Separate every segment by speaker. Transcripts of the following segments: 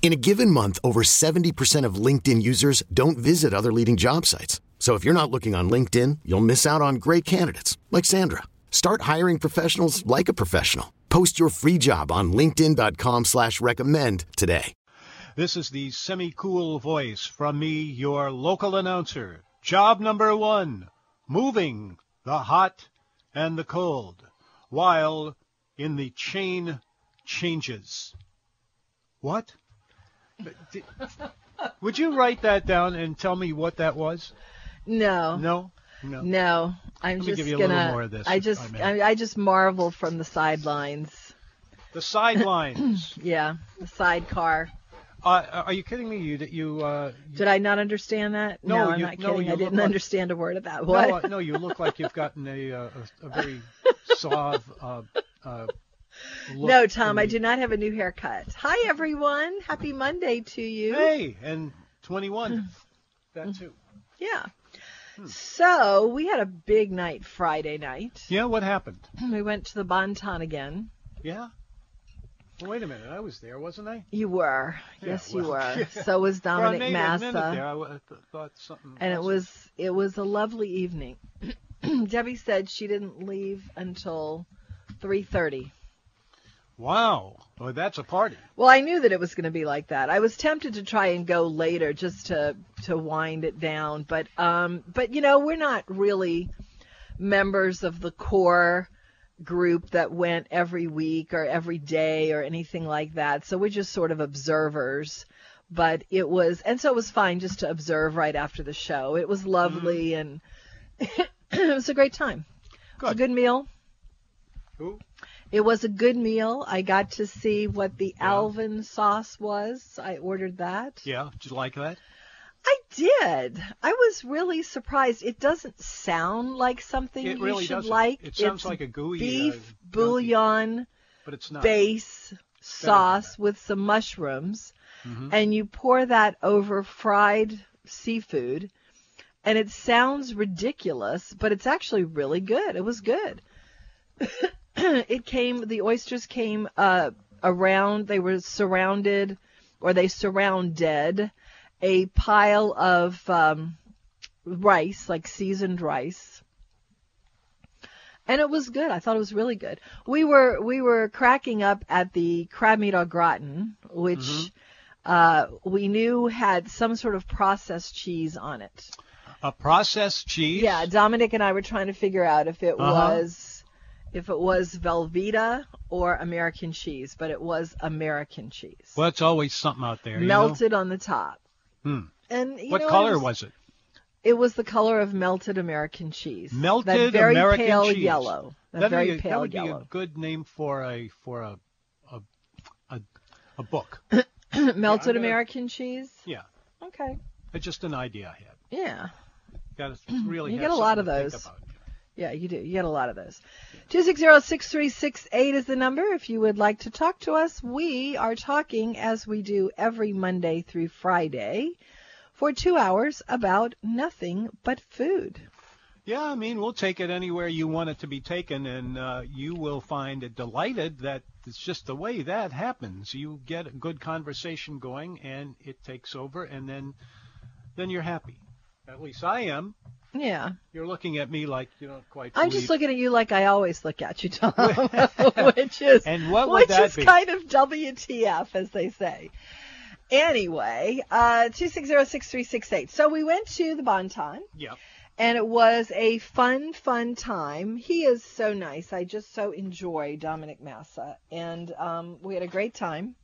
Speaker 1: In a given month, over 70% of LinkedIn users don't visit other leading job sites. So if you're not looking on LinkedIn, you'll miss out on great candidates like Sandra. Start hiring professionals like a professional. Post your free job on linkedin.com slash recommend today.
Speaker 2: This is the semi-cool voice from me, your local announcer. Job number one, moving the hot and the cold, while in the chain changes. What? Did- Would you write that down and tell me what that was?
Speaker 3: No.
Speaker 2: No? No.
Speaker 3: No. I'm
Speaker 2: Let me
Speaker 3: just
Speaker 2: give you a
Speaker 3: gonna.
Speaker 2: little more of this,
Speaker 3: I
Speaker 2: if
Speaker 3: just.
Speaker 2: I may.
Speaker 3: I, I just marvel from the sidelines.
Speaker 2: The sidelines.
Speaker 3: Yeah. The sidecar.
Speaker 2: uh, are you kidding me? You that you uh,
Speaker 3: Did I not understand that?
Speaker 2: No,
Speaker 3: I'm
Speaker 2: you-
Speaker 3: not
Speaker 2: no,
Speaker 3: kidding.
Speaker 2: you
Speaker 3: I
Speaker 2: look
Speaker 3: didn't
Speaker 2: like-
Speaker 3: understand a word of that.
Speaker 2: no,
Speaker 3: What?
Speaker 2: uh, no, you look like you've gotten a uh, a, a very suave uh, uh, look
Speaker 3: No, Tom.
Speaker 2: in
Speaker 3: I
Speaker 2: the-
Speaker 3: do not have a new haircut. Hi, everyone. Happy Monday to you.
Speaker 2: Hey, and 21. that too.
Speaker 3: Yeah.
Speaker 2: Hmm.
Speaker 3: So we had a big night Friday night.
Speaker 2: Yeah, what happened?
Speaker 3: We went to the Bon Ton again.
Speaker 2: Yeah. Well, wait a minute. I was there, wasn't I?
Speaker 3: You were. yes, you
Speaker 2: well,
Speaker 3: were. So was
Speaker 2: Well,
Speaker 3: Dominic
Speaker 2: maybe a
Speaker 3: Massa.
Speaker 2: minute there. I w- th- thought something.
Speaker 3: and it
Speaker 2: else.
Speaker 3: was it was a lovely evening. Debbie said she didn't leave until 3:30.
Speaker 2: Wow. Well, that's a party.
Speaker 3: Well, I knew that it was going to be like that. I was tempted to try and go later just to to wind it down, but um but you know, we're not really members of the core group that went every week or every day or anything like that. So we're just sort of observers. But it was and so it was fine just to observe right after the show. It was lovely and it was a great time. It was a
Speaker 2: Good.
Speaker 3: good meal.
Speaker 2: Who?
Speaker 3: It was a good meal. I got to see what the Alvin sauce was. I ordered that.
Speaker 2: Yeah. Did you like that?
Speaker 3: I did. I was really surprised. It doesn't sound like something
Speaker 2: It
Speaker 3: you
Speaker 2: really
Speaker 3: should
Speaker 2: doesn't.
Speaker 3: like.
Speaker 2: It sounds
Speaker 3: It's
Speaker 2: like a gooey, uh,
Speaker 3: beef
Speaker 2: junky-
Speaker 3: bouillon
Speaker 2: But it's not.
Speaker 3: base sauce with some mushrooms, and you pour that over fried seafood. And it sounds ridiculous, but it's actually really good. It was good. it came, the oysters came uh, around, they were surrounded, or they surrounded a pile of um, rice, like seasoned rice and it was good. I thought it was really good. We were we were cracking up at the crab meat au gratin, which
Speaker 2: Mm-hmm.
Speaker 3: uh, we knew had some sort of processed cheese on it.
Speaker 2: A processed cheese?
Speaker 3: Yeah, Dominic and I were trying to figure out if it
Speaker 2: Uh-huh.
Speaker 3: was if it was Velveeta or American cheese, but it was American cheese
Speaker 2: Well, it's always something out there. you know?
Speaker 3: melted on the top. And you
Speaker 2: What
Speaker 3: know, I
Speaker 2: color
Speaker 3: was,
Speaker 2: was it?
Speaker 3: it? Was the color of melted American cheese?
Speaker 2: Melted
Speaker 3: that very
Speaker 2: American
Speaker 3: pale
Speaker 2: cheese.
Speaker 3: yellow. That
Speaker 2: That'd
Speaker 3: very
Speaker 2: be a,
Speaker 3: pale
Speaker 2: that would
Speaker 3: yellow.
Speaker 2: be a good name for a for a a a, a book.
Speaker 3: melted
Speaker 2: gonna-
Speaker 3: American cheese.
Speaker 2: yeah.
Speaker 3: Okay.
Speaker 2: It's just an idea I had.
Speaker 3: Yeah.
Speaker 2: Got to really.
Speaker 3: You
Speaker 2: have
Speaker 3: get a lot
Speaker 2: something
Speaker 3: of
Speaker 2: to think
Speaker 3: those.
Speaker 2: about.
Speaker 3: Yeah, you do. You get a lot of those. 260-6368 is the number. If you would like to talk to us, we are talking as we do every Monday through Friday for two hours about nothing but food.
Speaker 2: Yeah, I mean, we'll take it anywhere you want it to be taken, and uh, you will find it delighted that it's just the way that happens. You get a good conversation going, and it takes over, and then then you're happy. At least I am.
Speaker 3: Yeah.
Speaker 2: You're looking at me like you don't quite.
Speaker 3: I'm just
Speaker 2: believe-
Speaker 3: looking at you like I always look at you, Tom, which is
Speaker 2: And what would
Speaker 3: which
Speaker 2: that
Speaker 3: is
Speaker 2: be?
Speaker 3: kind of WTF, as they say. Anyway, uh, two six zero six three six eight. So we went to the Bon Ton.
Speaker 2: Yeah.
Speaker 3: and it was a fun, fun time. He is so nice. I just so enjoy Dominic Massa, and um, we had a great time.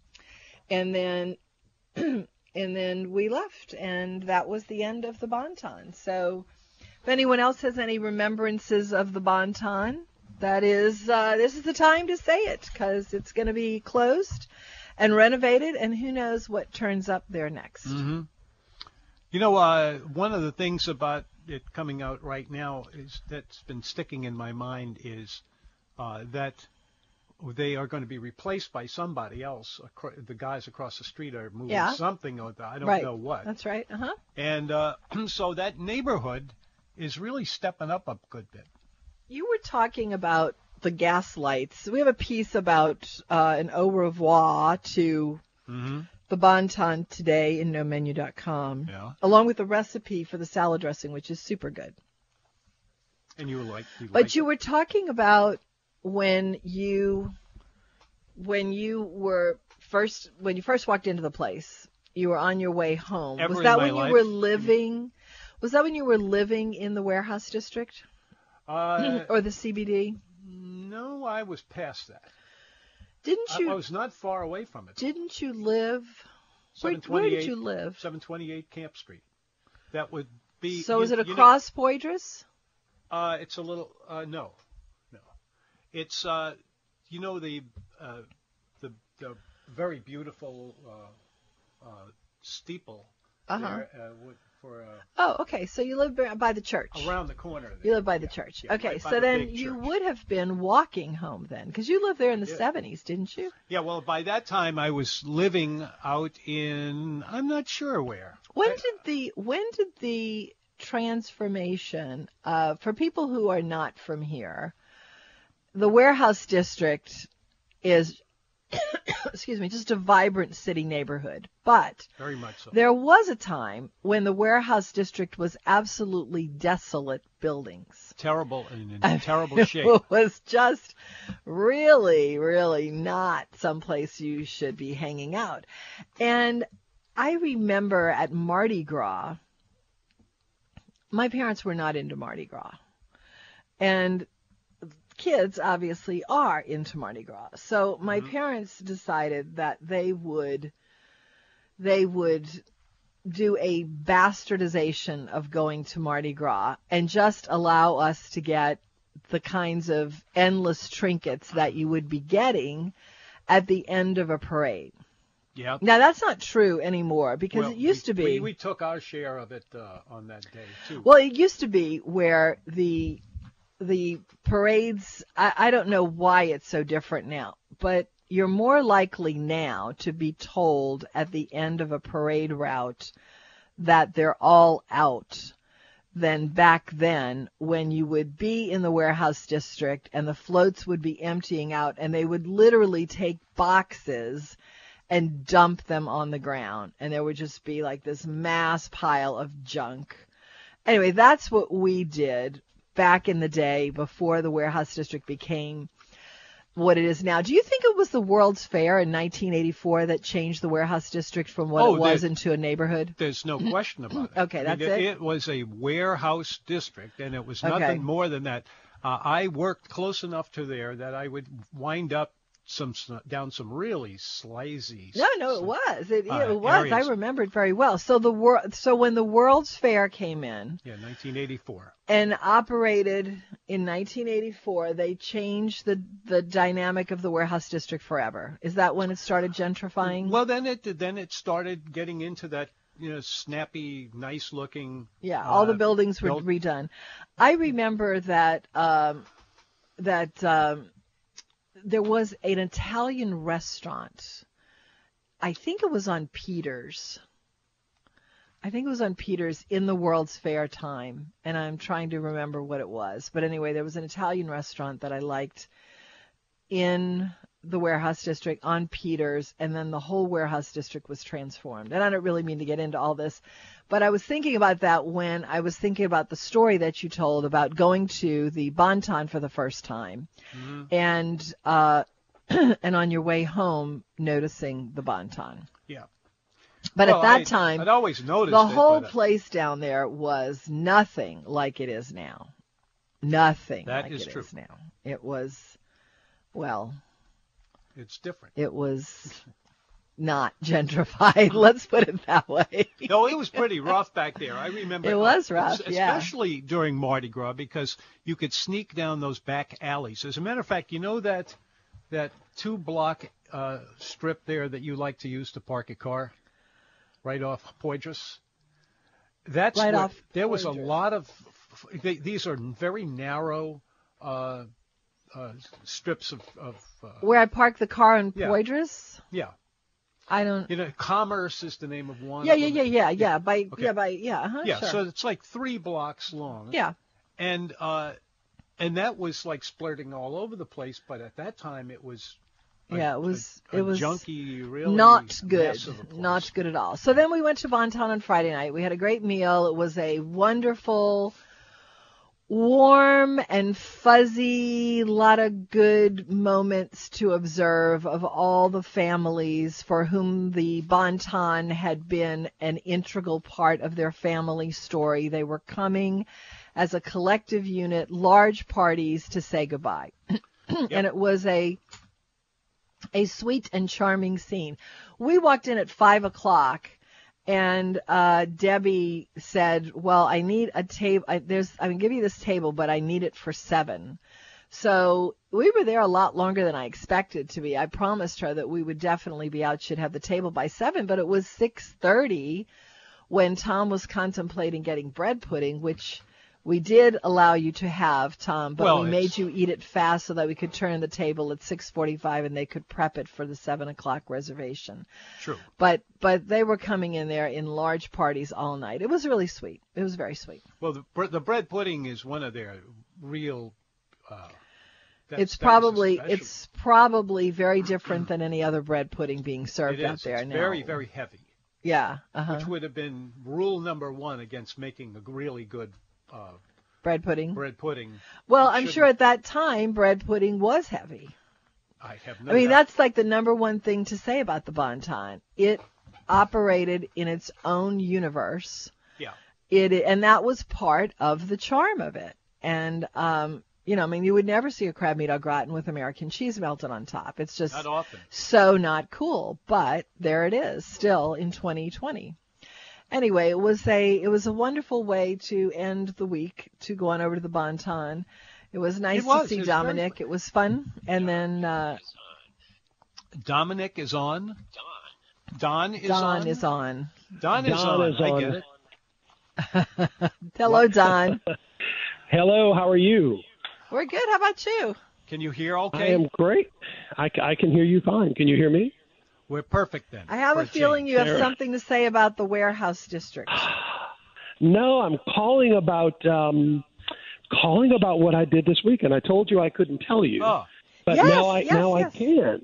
Speaker 3: And then, and then we left, and that was the end of the Bonton. So, if anyone else has any remembrances of the Bonton, that is, uh, this is the time to say it because it's going to be closed and renovated, and who knows what turns up there next.
Speaker 2: Mm-hmm. You know, uh, one of the things about it coming out right now is that's been sticking in my mind is uh, that they are going to be replaced by somebody else. Acro- The guys across the street are moving
Speaker 3: Yeah.
Speaker 2: something or the, I don't
Speaker 3: right.
Speaker 2: know what.
Speaker 3: That's right. Uh huh.
Speaker 2: And uh, so that neighborhood is really stepping up a good bit.
Speaker 3: You were talking about the gas lights. We have a piece about uh, an au revoir to
Speaker 2: Mm-hmm.
Speaker 3: the Bonton today in nomenu.com,
Speaker 2: Yeah.
Speaker 3: along with the recipe for the salad dressing, which is super good.
Speaker 2: And you were like, you
Speaker 3: But
Speaker 2: like-
Speaker 3: you were talking about when you when you were first when you first walked into the place, you were on your way home.
Speaker 2: Ever
Speaker 3: was
Speaker 2: in
Speaker 3: that
Speaker 2: my
Speaker 3: when
Speaker 2: life?
Speaker 3: you were living? Was that when you were living in the warehouse district
Speaker 2: uh,
Speaker 3: or the CBD?
Speaker 2: no, I was past that.
Speaker 3: Didn't
Speaker 2: I,
Speaker 3: you?
Speaker 2: I was not far away from it.
Speaker 3: Didn't you live? Where, where
Speaker 2: 728
Speaker 3: did you live?
Speaker 2: 728 Camp Street. That would be.
Speaker 3: so
Speaker 2: you-
Speaker 3: is it
Speaker 2: you know-
Speaker 3: across Poydras?
Speaker 2: Uh, it's a little uh, no, no. It's uh, you know the uh, the the very beautiful uh, uh, steeple
Speaker 3: Uh-huh.
Speaker 2: there, uh, wi- for uh,
Speaker 3: Oh, okay. So you live by- by the church.
Speaker 2: around the corner. There.
Speaker 3: you live by the
Speaker 2: Yeah,
Speaker 3: church.
Speaker 2: yeah,
Speaker 3: okay,
Speaker 2: right by
Speaker 3: so
Speaker 2: the
Speaker 3: then
Speaker 2: big
Speaker 3: you
Speaker 2: church.
Speaker 3: would have been walking home then, because you lived there in the
Speaker 2: Yeah.
Speaker 3: 70s, didn't you?
Speaker 2: Yeah, well, by that time I was living out in I'm not sure where.
Speaker 3: When
Speaker 2: I-
Speaker 3: did the when did the transformation uh, for people who are not from here? The warehouse district is, excuse me, just a vibrant city neighborhood, but
Speaker 2: very much so.
Speaker 3: There was a time when the warehouse district was absolutely desolate buildings.
Speaker 2: Terrible and in terrible shape.
Speaker 3: It was just really, really not someplace you should be hanging out. And I remember at Mardi Gras, my parents were not into Mardi Gras. And kids obviously are into Mardi Gras. So my parents decided that they would they would do a bastardization of going to Mardi Gras and just allow us to get the kinds of endless trinkets that you would be getting at the end of a parade.
Speaker 2: Yeah.
Speaker 3: Now that's not true anymore because
Speaker 2: Well,
Speaker 3: it used
Speaker 2: we-
Speaker 3: to be
Speaker 2: We, we took our share of it uh, on that day too.
Speaker 3: well, it used to be where the the parades. I, I don't know why it's so different now, but you're more likely now to be told at the end of a parade route that they're all out than back then when you would be in the warehouse district and the floats would be emptying out and they would literally take boxes and dump them on the ground and there would just be like this mass pile of junk anyway, that's what we did back in the day before the warehouse district became what it is now. Do you think it was the World's Fair in 1984 that changed the warehouse district from what
Speaker 2: Oh,
Speaker 3: it was
Speaker 2: the-
Speaker 3: into a neighborhood?
Speaker 2: There's no question about it.
Speaker 3: Mm-hmm. Okay,
Speaker 2: I mean,
Speaker 3: that's
Speaker 2: it,
Speaker 3: it?
Speaker 2: was a warehouse district, and it was
Speaker 3: Okay.
Speaker 2: nothing more than that. Uh, I worked close enough to there that I would wind up some s- down some really slazy. s-
Speaker 3: No, no, it was. It,
Speaker 2: uh,
Speaker 3: it was. I
Speaker 2: areas.
Speaker 3: remembered very well. So the wor- so when the World's Fair came in,
Speaker 2: Yeah, 1984.
Speaker 3: and operated in 1984. They changed the the dynamic of the warehouse district forever. Is that when it started gentrifying?
Speaker 2: Well, then it then it started getting into that you know snappy, nice looking. uh,
Speaker 3: Yeah, all the buildings were
Speaker 2: built-
Speaker 3: redone. I remember that um, that um, there was an Italian restaurant. I think it was on Peters. I think it was on Peters in the World's Fair time, and I'm trying to remember what it was. But anyway, there was an Italian restaurant that I liked in the warehouse district on Peters, and then the whole warehouse district was transformed. And I don't really mean to get into all this, but I was thinking about that when I was thinking about the story that you told about going to the Bonton for the first time,
Speaker 2: Mm-hmm.
Speaker 3: and uh, and on your way home noticing the Bonton.
Speaker 2: Yeah.
Speaker 3: But
Speaker 2: Well,
Speaker 3: at that
Speaker 2: I-
Speaker 3: time,
Speaker 2: I'd always noticed
Speaker 3: the
Speaker 2: it,
Speaker 3: whole
Speaker 2: but, uh,
Speaker 3: place down there was nothing like it is now. Nothing
Speaker 2: That
Speaker 3: like
Speaker 2: is
Speaker 3: it
Speaker 2: true.
Speaker 3: is now. It was, well,
Speaker 2: It's different.
Speaker 3: it was not gentrified. Let's put it that way.
Speaker 2: No, it was pretty rough back there. I remember. uh,
Speaker 3: It was rough,
Speaker 2: es-
Speaker 3: yeah.
Speaker 2: Especially during Mardi Gras because you could sneak down those back alleys. As a matter of fact, you know that that two block uh, strip there that you like to use to park a car, right off Poydras. That's
Speaker 3: Right
Speaker 2: where-
Speaker 3: off
Speaker 2: There was a
Speaker 3: Poydras.
Speaker 2: lot of. f- f- They, these are very narrow uh, uh, strips of. of uh,
Speaker 3: Where I parked the car in
Speaker 2: Yeah.
Speaker 3: Poydras,
Speaker 2: yeah,
Speaker 3: I don't.
Speaker 2: you know, commerce is the name of one.
Speaker 3: Yeah,
Speaker 2: of
Speaker 3: yeah,
Speaker 2: them.
Speaker 3: yeah, yeah, yeah. By
Speaker 2: Okay.
Speaker 3: yeah, by yeah. Uh-huh,
Speaker 2: Yeah,
Speaker 3: sure.
Speaker 2: so it's like three blocks long.
Speaker 3: yeah.
Speaker 2: and uh, and that was like splurting all over the place. But at that time, it was a-
Speaker 3: Yeah, it was-
Speaker 2: a, a
Speaker 3: it was
Speaker 2: junky, really
Speaker 3: not good.
Speaker 2: mess of a place.
Speaker 3: Not good at all. So then we went to Bonton on Friday night. We had a great meal. It was a wonderful, warm and fuzzy, lot of good moments to observe of all the families for whom the Bonton had been an integral part of their family story. They were coming as a collective unit, large parties to say goodbye. And it was a a sweet and charming scene. We walked in at five o'clock, and uh, Debbie said, "Well, I need a table. There's, I can give you this table, but I need it for seven. So we were there a lot longer than I expected to be. I promised her that we would definitely be out, should have the table by seven, but it was six thirty when Tom was contemplating getting bread pudding, which we did allow you to have, Tom, but
Speaker 2: Well,
Speaker 3: we
Speaker 2: it's-
Speaker 3: made you eat it fast so that we could turn the table at 6:45 and they could prep it for the seven o'clock reservation.
Speaker 2: True.
Speaker 3: But but they were coming in there in large parties all night. It was really sweet. It was very sweet.
Speaker 2: Well, the, bre- the bread pudding is one of their real. Uh, that- that
Speaker 3: it's
Speaker 2: was a
Speaker 3: probably
Speaker 2: special-
Speaker 3: it's probably very different than any other bread pudding being served
Speaker 2: it
Speaker 3: out
Speaker 2: is.
Speaker 3: there
Speaker 2: It's
Speaker 3: now.
Speaker 2: very very heavy,
Speaker 3: yeah, uh-huh.
Speaker 2: which would have been rule number one against making a really good uh,
Speaker 3: bread pudding.
Speaker 2: bread pudding.
Speaker 3: well,
Speaker 2: It
Speaker 3: I'm
Speaker 2: shouldn't-
Speaker 3: sure at that time bread pudding was heavy.
Speaker 2: I have no.
Speaker 3: I mean,
Speaker 2: doubt.
Speaker 3: that's like the number one thing to say about the Bonton. It operated in its own universe.
Speaker 2: yeah.
Speaker 3: It and that was part of the charm of it. And um, you know, I mean, you would never see a crab meat au gratin with American cheese melted on top. It's just
Speaker 2: Not often.
Speaker 3: so not cool, but there it is still in 2020. Anyway, it was a it was a wonderful way to end the week to go on over to the Bonton. It was nice to
Speaker 2: was.
Speaker 3: see
Speaker 2: It was very
Speaker 3: Dominic. It was fun. And then uh,
Speaker 2: Dominic is on. Don. Don is
Speaker 3: Don
Speaker 2: on.
Speaker 3: is on.
Speaker 2: Don is
Speaker 4: Don
Speaker 2: on.
Speaker 4: is
Speaker 2: I
Speaker 4: on.
Speaker 2: get it.
Speaker 3: Hello, Don.
Speaker 4: Hello, how are you?
Speaker 3: We're good. How about you?
Speaker 2: Can you hear? Okay.
Speaker 4: I am great. I, c- I can hear you fine. Can you hear me?
Speaker 2: We're perfect then.
Speaker 3: I have
Speaker 2: for
Speaker 3: a feeling
Speaker 2: change.
Speaker 3: you have
Speaker 4: Sarah.
Speaker 3: something to say about the warehouse district.
Speaker 4: No, I'm calling about um, calling about what I did this weekend. I told you I couldn't tell you,
Speaker 2: Oh,
Speaker 4: but
Speaker 3: Yes,
Speaker 4: now I
Speaker 3: yes,
Speaker 4: now
Speaker 3: yes.
Speaker 4: I can.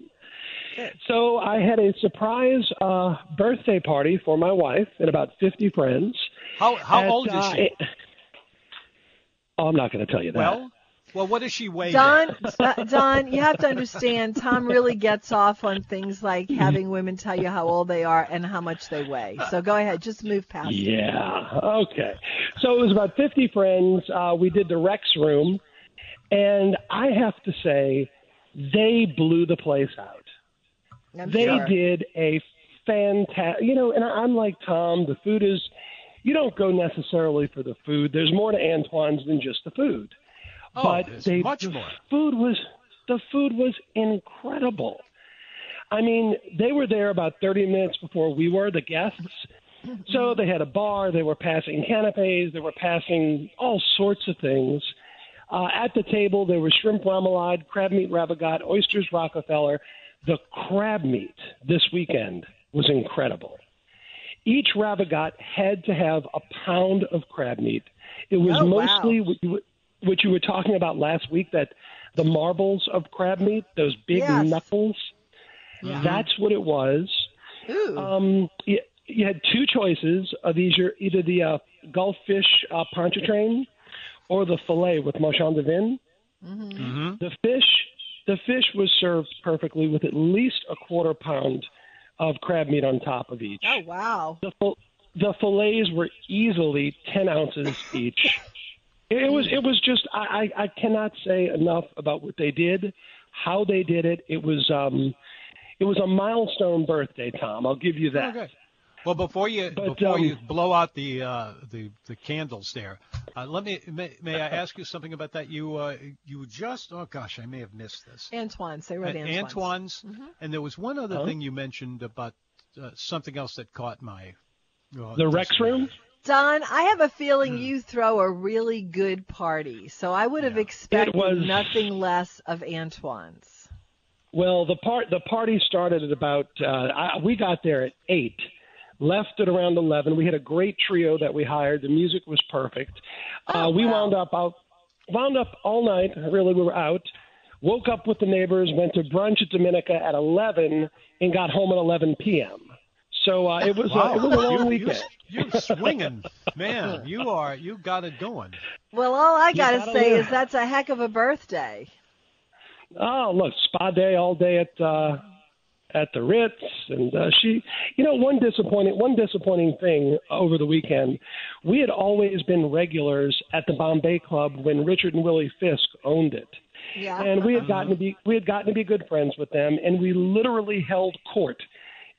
Speaker 4: So I had a surprise uh, birthday party for my wife and about 50 friends.
Speaker 2: how how
Speaker 4: At,
Speaker 2: old is
Speaker 4: uh,
Speaker 2: she?
Speaker 4: it- oh, I'm not going to tell you that.
Speaker 2: well, well, what does she weigh? then?
Speaker 3: Don, D- Don, you have to understand, Tom really gets off on things like having women tell you how old they are and how much they weigh. So go ahead, just move past it.
Speaker 4: Yeah. Okay. So it was about 50 friends. Uh, we did the Rex room, and I have to say, they blew the place out.
Speaker 3: I'm
Speaker 4: They
Speaker 3: sure.
Speaker 4: did a fantastic. You know, and I- I'm like Tom. The food is. You don't go necessarily for the food. There's more to Antoine's than just the food.
Speaker 2: oh,
Speaker 4: but
Speaker 2: there's
Speaker 4: they,
Speaker 2: much
Speaker 4: the
Speaker 2: more.
Speaker 4: food was the food was incredible. I mean, they were there about 30 minutes before we were the guests. So
Speaker 3: Mm-hmm.
Speaker 4: they had a bar, they were passing canapes, they were passing all sorts of things. Uh, at the table, there was shrimp remoulade, crab meat ravigotte, oysters Rockefeller. The crab meat this weekend was incredible. Each ravigotte had to have a pound of crab meat. It was
Speaker 3: Oh, wow.
Speaker 4: mostly what you, were- what you were talking about last week that the marbles of crab meat, those big
Speaker 3: Yes.
Speaker 4: knuckles, that's what it was.
Speaker 3: Ooh,
Speaker 4: Um, you, you had two choices of either, either the uh, Gulf fish uh, pontchartrain or the fillet with marchand de vin. The fish, the fish was served perfectly with at least a quarter pound of crab meat on top of each.
Speaker 3: Oh wow.
Speaker 4: The, fil- the fillets were easily 10 ounces each. It it was it was just I, I I cannot say enough about what they did, how they did it. It was um, it was a milestone birthday, Tom. I'll give you that.
Speaker 2: Okay. Well, before you
Speaker 4: But,
Speaker 2: before
Speaker 4: um,
Speaker 2: you blow out the uh, the the candles there, uh, let me may, may I ask you something about that? You uh, you just oh gosh, I may have missed this.
Speaker 3: Antoine's. They were
Speaker 2: At
Speaker 4: Uh,
Speaker 3: the
Speaker 2: Antoine's,
Speaker 3: Antoine's. Mm-hmm.
Speaker 2: and there was one other
Speaker 4: Huh?
Speaker 2: thing you mentioned about uh, something else that caught my uh,
Speaker 4: The Rex Room?
Speaker 3: Don, I have a feeling
Speaker 4: Hmm.
Speaker 3: you throw a really good party, so I would have expected
Speaker 4: It was-
Speaker 3: nothing less of Antoine's.
Speaker 4: Well, the part the party started at about uh, I, we got there at eight, left at around eleven. We had a great trio that we hired. The music was perfect. uh, we wound up out wound up all night. Really, we were out. Woke up with the neighbors. Went to brunch at Dominica at eleven and got home at eleven p.m. So uh, it was uh, it was a long
Speaker 2: you,
Speaker 4: weekend.
Speaker 2: You, are swinging, man. You are you got it going.
Speaker 3: Well, all I gotta,
Speaker 4: gotta
Speaker 3: say
Speaker 4: live.
Speaker 3: is that's a heck of a birthday.
Speaker 4: oh look spa day all day at uh at the ritz and uh, she you know one disappointing one disappointing thing over the weekend we had always been regulars at the bombay club when richard and willie fisk owned it
Speaker 3: Yeah.
Speaker 4: and we had gotten to be we had gotten to be good friends with them and we literally held court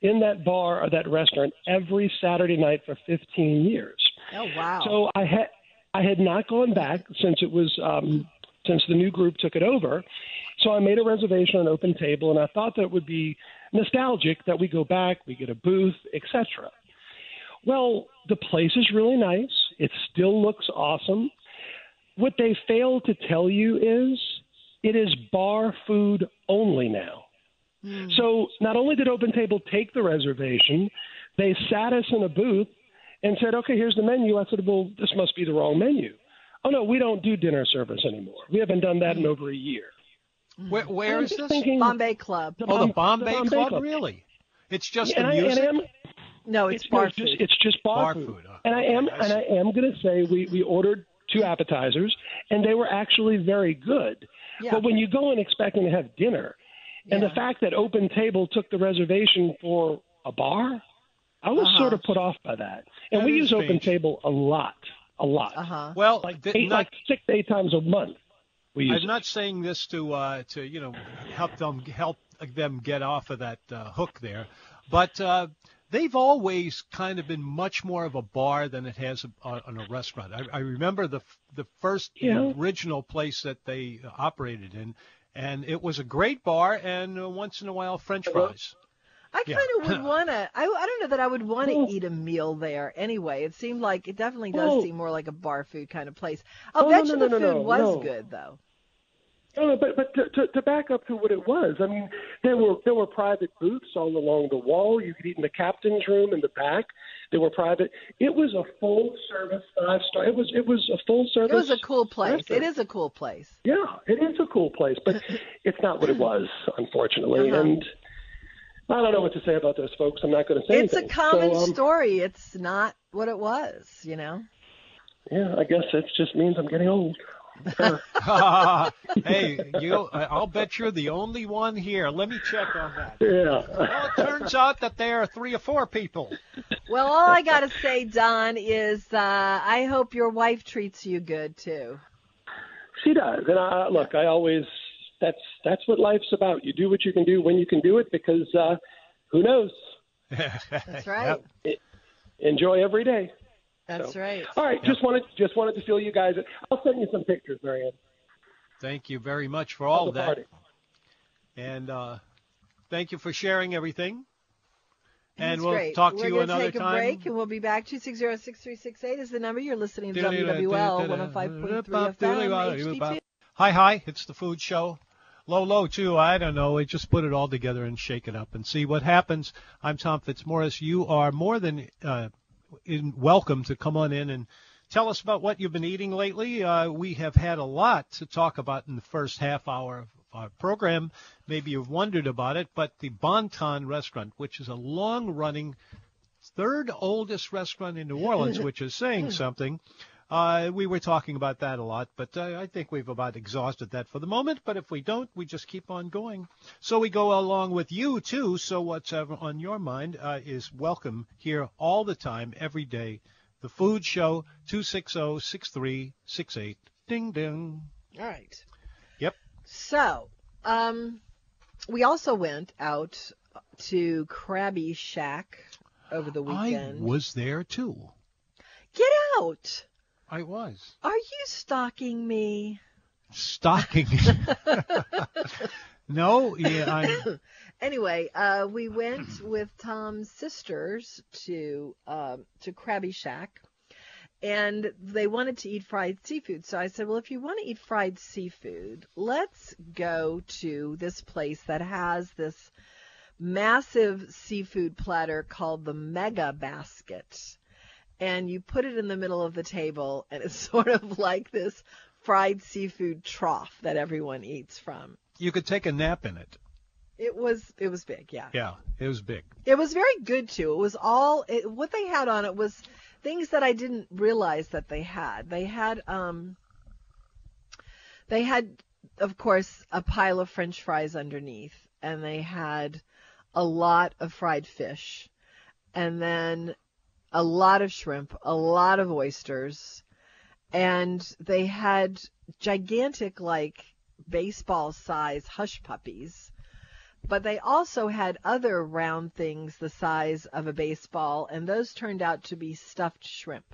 Speaker 4: in that bar or that restaurant every saturday night for 15 years
Speaker 3: oh wow.
Speaker 4: so I had I had not gone back since it was um, since the new group took it over. So I made a reservation on Open Table, and I thought that it would be nostalgic that we go back, we get a booth, etc. Well, the place is really nice. It still looks awesome. What they fail to tell you is it is bar food only now. So not only did Open Table take the reservation, they sat us in a booth and said, "Okay, here's the menu." I said, "Well, this must be the wrong menu." Oh no, we don't do dinner service anymore. We haven't done that in over a year.
Speaker 2: Where, where
Speaker 4: Mm-hmm. I'm
Speaker 2: is
Speaker 4: just
Speaker 2: this?
Speaker 4: thinking-
Speaker 3: Bombay Club.
Speaker 4: The
Speaker 2: oh,
Speaker 4: Bom-
Speaker 2: the Bombay, Club,
Speaker 4: Club.
Speaker 2: Really? It's just
Speaker 4: And
Speaker 2: the
Speaker 4: I- and I
Speaker 2: music.
Speaker 4: am-
Speaker 3: No, it's,
Speaker 4: it's, no,
Speaker 3: bar
Speaker 4: it's just
Speaker 3: food.
Speaker 4: it's just bar,
Speaker 2: Bar
Speaker 4: food.
Speaker 2: food, huh?
Speaker 4: And I
Speaker 2: Okay,
Speaker 4: am
Speaker 2: I
Speaker 4: and I am going to say we we ordered two appetizers and they were actually very good.
Speaker 3: Yeah.
Speaker 4: But when you go in expecting to have dinner, and the fact that Open Table took the reservation for a bar, I was sort of put off by that. And
Speaker 2: That
Speaker 4: we
Speaker 2: is
Speaker 4: use Open
Speaker 2: strange.
Speaker 4: Table a lot, a lot.
Speaker 3: uh-huh.
Speaker 2: well,
Speaker 4: Like,
Speaker 2: th-
Speaker 4: eight,
Speaker 2: not
Speaker 4: like six to eight times a month. We use
Speaker 2: I'm not saying this to uh, to you know help them help them get off of that uh, hook there, but uh, they've always kind of been much more of a bar than it has a, a, on a restaurant. I, I remember the f- the first the
Speaker 4: Yeah.
Speaker 2: original place that they operated in, and it was a great bar and uh, once in a while French fries.
Speaker 3: I
Speaker 2: Yeah.
Speaker 3: kind of would want to. I, I don't know that I would want to eat a meal there anyway. It seemed like it definitely does
Speaker 4: Oh.
Speaker 3: seem more like a bar food kind of place. I'll
Speaker 4: Oh,
Speaker 3: bet
Speaker 4: no,
Speaker 3: you
Speaker 4: no,
Speaker 3: the
Speaker 4: no, no,
Speaker 3: food
Speaker 4: no,
Speaker 3: was
Speaker 4: no.
Speaker 3: good though.
Speaker 4: No, no, but but to, to, to back up to what it was, I mean, there were there were private booths all along the wall. You could eat in the captain's room in the back. There were private. It was a full service five star. It was it was a full service.
Speaker 3: It was a cool place. It
Speaker 4: restaurant.
Speaker 3: is a cool place.
Speaker 4: Yeah, it is a cool place, but it's not what it was, unfortunately. And I don't know what to say about those folks. I'm not going to say
Speaker 3: It's a
Speaker 4: anything. So,
Speaker 3: common
Speaker 4: um,
Speaker 3: story. It's not what it was, you know.
Speaker 4: Yeah, I guess it just means I'm getting old.
Speaker 2: hey, you! I- I'll bet you're the only one here. Let me check on that.
Speaker 4: Yeah.
Speaker 2: Well, it turns out that there are three or four people.
Speaker 3: Well, all I gotta say, Don, is uh, I hope your wife treats you good too.
Speaker 4: She does, and I, look, I always that's that's what life's about. You do what you can do when you can do it, because uh, who knows?
Speaker 3: That's right.
Speaker 2: Yep.
Speaker 4: Enjoy every day.
Speaker 3: That's right.
Speaker 4: All right, just wanted just wanted to feel you guys. I'll send you some pictures, Marianne.
Speaker 2: Thank you very much for all
Speaker 4: of the
Speaker 2: Oh, that.
Speaker 4: party.
Speaker 2: And uh, thank you for sharing everything. And
Speaker 3: That's
Speaker 2: we'll
Speaker 3: great.
Speaker 2: talk to
Speaker 3: We're
Speaker 2: you
Speaker 3: gonna
Speaker 2: another
Speaker 3: take a
Speaker 2: time.
Speaker 3: break and we'll be back. 260-6368 is the number. You're listening to WWL 105.3 FM HDT.
Speaker 2: Hi, hi. It's the food show. Low, low, too. I don't know. We just put it all together and shake it up and see what happens. I'm Tom Fitzmaurice. You are more than uh, in, welcome to come on in and tell us about what you've been eating lately. Uh, we have had a lot to talk about in the first half hour of our program. Maybe you've wondered about it, but the Bonton restaurant, which is a long running third oldest restaurant in New Orleans, which is saying something. Uh, we were talking about that a lot, but uh, I think we've about exhausted that for the moment. But if we don't, we just keep on going. So we go along with you too. So whatever on your mind uh, is welcome here all the time, every day. The Food Show, oh, 260-6368. Ding ding.
Speaker 3: All right.
Speaker 2: Yep.
Speaker 3: So, um, we also went out to Krabby Shack over the
Speaker 2: I
Speaker 3: weekend.
Speaker 2: was there too.
Speaker 3: Get out!
Speaker 2: I was
Speaker 3: Are you stalking me?
Speaker 2: stalking. no, yeah, I,
Speaker 3: Anyway, uh, we went with Tom's sisters to um, to Krabby Shack, and they wanted to eat fried seafood. So I said, "Well, if you want to eat fried seafood, let's go to this place that has this massive seafood platter called the Mega Basket, and you put it in the middle of the table, and it's sort of like this fried seafood trough that everyone eats from."
Speaker 2: you could take a nap in it.
Speaker 3: It was it was big, yeah.
Speaker 2: Yeah, it was big.
Speaker 3: It was very good too. It was all it, what they had on it was things that I didn't realize that they had. They had um they had of course a pile of french fries underneath and they had a lot of fried fish and then a lot of shrimp, a lot of oysters and they had gigantic like baseball size hush puppies but they also had other round things the size of a baseball, and those turned out to be stuffed shrimp.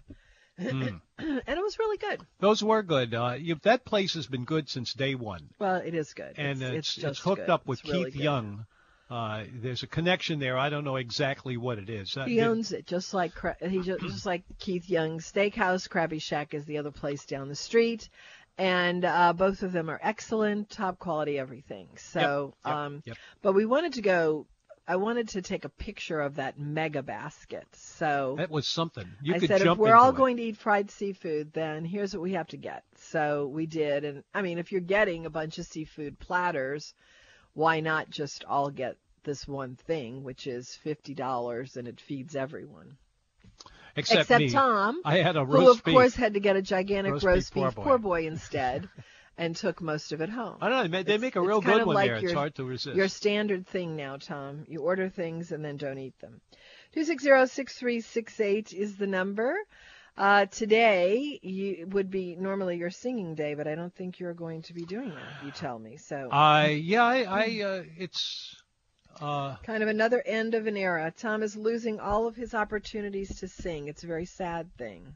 Speaker 2: Hmm.
Speaker 3: and it was really good.
Speaker 2: Those were good. Uh, you, that place has been good since day one,
Speaker 3: Well, it is good.
Speaker 2: and
Speaker 3: it's, it's,
Speaker 2: it's,
Speaker 3: just
Speaker 2: hooked
Speaker 3: good.
Speaker 2: up with
Speaker 3: It's really
Speaker 2: Keith
Speaker 3: good.
Speaker 2: Young. Uh, there's a connection there. I don't know exactly what it is. Uh,
Speaker 3: He
Speaker 2: did-
Speaker 3: owns it, just like Cra- he just, just like Keith Young's Steakhouse. Krabby Shack is the other place down the street, and uh, both of them are excellent, top quality everything. So,
Speaker 2: Yep,
Speaker 3: um,
Speaker 2: yep.
Speaker 3: but we wanted to go. I wanted to take a picture of that mega basket. So
Speaker 2: that was something. You
Speaker 3: I
Speaker 2: could
Speaker 3: said, if
Speaker 2: jump
Speaker 3: we're
Speaker 2: into
Speaker 3: all
Speaker 2: it.
Speaker 3: going to eat fried seafood, then here's what we have to get. So we did. And I mean, if you're getting a bunch of seafood platters, why not just all get this one thing, which is $50 and it feeds everyone?
Speaker 2: except,
Speaker 3: except
Speaker 2: me.
Speaker 3: Tom,
Speaker 2: I had a roast
Speaker 3: Who, of
Speaker 2: beef.
Speaker 3: course, had to get a gigantic roast,
Speaker 2: Roast beef
Speaker 3: beef,
Speaker 2: poor boy.
Speaker 3: poor boy instead and took most of it home.
Speaker 2: I don't know. They, ma- they
Speaker 3: It's-
Speaker 2: make a
Speaker 3: it's
Speaker 2: real
Speaker 3: kind
Speaker 2: good
Speaker 3: of
Speaker 2: one
Speaker 3: like
Speaker 2: there.
Speaker 3: your-
Speaker 2: it's hard to resist.
Speaker 3: Your standard thing now, Tom. You order things and then don't eat them. 260-6368 is the number. Uh, today you would be normally your singing day, but I don't think you're going to be doing that. You tell me. So
Speaker 2: I yeah, I, I uh, it's uh,
Speaker 3: kind of another end of an era. Tom is losing all of his opportunities to sing. It's a very sad thing.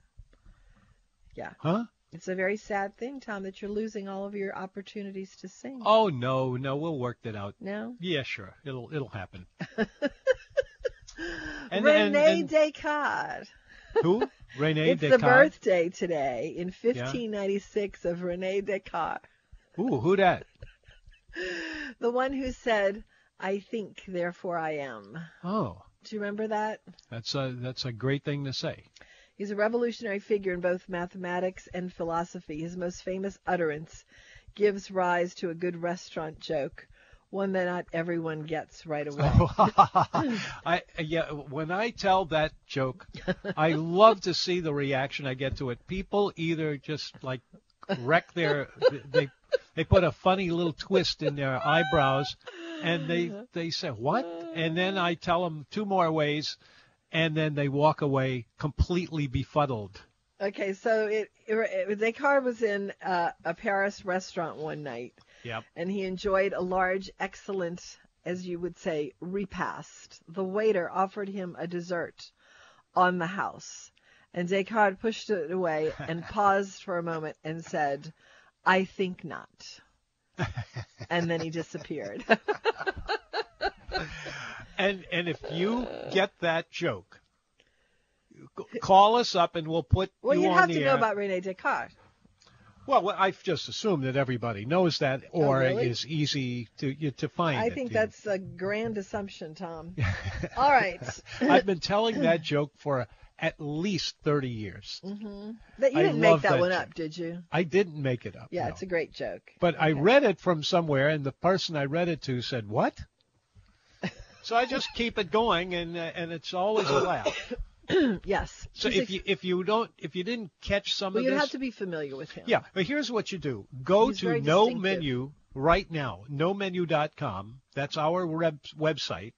Speaker 2: huh?
Speaker 3: It's a very sad thing, Tom, that you're losing all of your opportunities to sing.
Speaker 2: Oh no, no, we'll work that out.
Speaker 3: No.
Speaker 2: Yeah, sure, it'll it'll happen.
Speaker 3: Renee Descartes.
Speaker 2: who? Renee
Speaker 3: it's
Speaker 2: Descartes.
Speaker 3: the birthday today in 1596 of Rene Descartes,
Speaker 2: Ooh, who that?
Speaker 3: the one who said, I think, therefore I am.
Speaker 2: Oh,
Speaker 3: Do you remember that?
Speaker 2: that's a that's a great thing to say.
Speaker 3: He's a revolutionary figure in both mathematics and philosophy. His most famous utterance gives rise to a good restaurant joke, one that not everyone gets right away.
Speaker 2: I yeah, when I tell that joke, I love to see the reaction I get to it. People either just like wreck their they they put a funny little twist in their eyebrows, and they they say what, and then I tell them two more ways, and then they walk away completely befuddled.
Speaker 3: Okay, so it, it Descartes was in uh, a Paris restaurant one night.
Speaker 2: Yep.
Speaker 3: and he enjoyed a large, excellent, as you would say, repast. The waiter offered him a dessert on the house, and Descartes pushed it away and paused for a moment and said, I think not. and then he disappeared.
Speaker 2: And and if you get that joke, c- call us up and we'll put
Speaker 3: well,
Speaker 2: you
Speaker 3: you
Speaker 2: on
Speaker 3: have
Speaker 2: the
Speaker 3: to
Speaker 2: air.
Speaker 3: know about Rene Descartes.
Speaker 2: Well, well, I've just assumed that everybody knows that, or
Speaker 3: Oh, really?
Speaker 2: it is easy to you, to find.
Speaker 3: I
Speaker 2: it.
Speaker 3: think
Speaker 2: You-
Speaker 3: that's a grand assumption, Tom. All right.
Speaker 2: I've been telling that joke for at least thirty years.
Speaker 3: Mm-hmm. That you
Speaker 2: I
Speaker 3: didn't make
Speaker 2: love
Speaker 3: that,
Speaker 2: that
Speaker 3: one
Speaker 2: joke.
Speaker 3: up, did you?
Speaker 2: I didn't make it up.
Speaker 3: Yeah,
Speaker 2: no.
Speaker 3: it's a great joke.
Speaker 2: But I read it from somewhere, and the person I read it to said, "What?" So I just keep it going, and uh, and it's always a laugh.
Speaker 3: yes.
Speaker 2: So
Speaker 3: He's
Speaker 2: if you if you don't if you didn't catch some
Speaker 3: well,
Speaker 2: of
Speaker 3: you
Speaker 2: this,
Speaker 3: have to be familiar with him.
Speaker 2: yeah. But here's what you do: go
Speaker 3: He's
Speaker 2: to
Speaker 3: very
Speaker 2: no
Speaker 3: distinctive.
Speaker 2: menu right now. NoMenu.com. That's our web, website.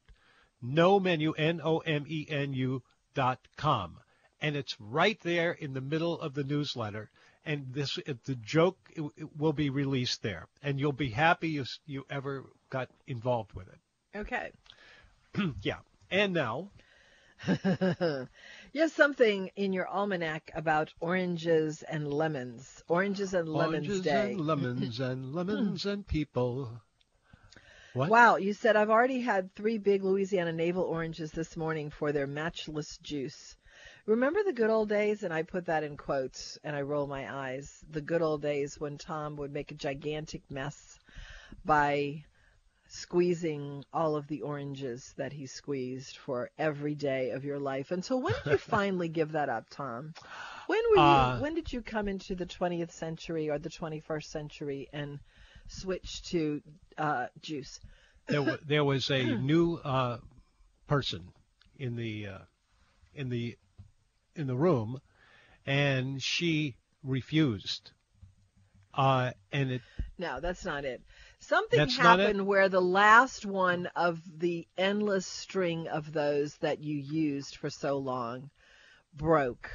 Speaker 2: No menu. N O M E N U dot com, and it's right there in the middle of the newsletter. And this it- the joke it, it will be released there, and you'll be happy you s- you ever got involved with it.
Speaker 3: Okay.
Speaker 2: Yeah. And now,
Speaker 3: You have something in your almanac about oranges and lemons. Oranges and lemons
Speaker 2: oranges
Speaker 3: day.
Speaker 2: and lemons and lemons and people. What?
Speaker 3: Wow, you said I've already had three big Louisiana navel oranges this morning for their matchless juice. Remember the good old days? And I put that in quotes and I roll my eyes. The good old days when Tom would make a gigantic mess by squeezing all of the oranges that he squeezed for every day of your life. Until when did you finally give that up, Tom? When were you,
Speaker 2: Uh,
Speaker 3: when did you come into the 20th century or the 21st century and switch to uh, juice?
Speaker 2: there, wa- there was a new uh, person in the uh, in the in the room, and she refused. Uh, and it
Speaker 3: No, that's not it. Something
Speaker 2: That's not it?
Speaker 3: happened where the last one of the endless string of those that you used for so long broke.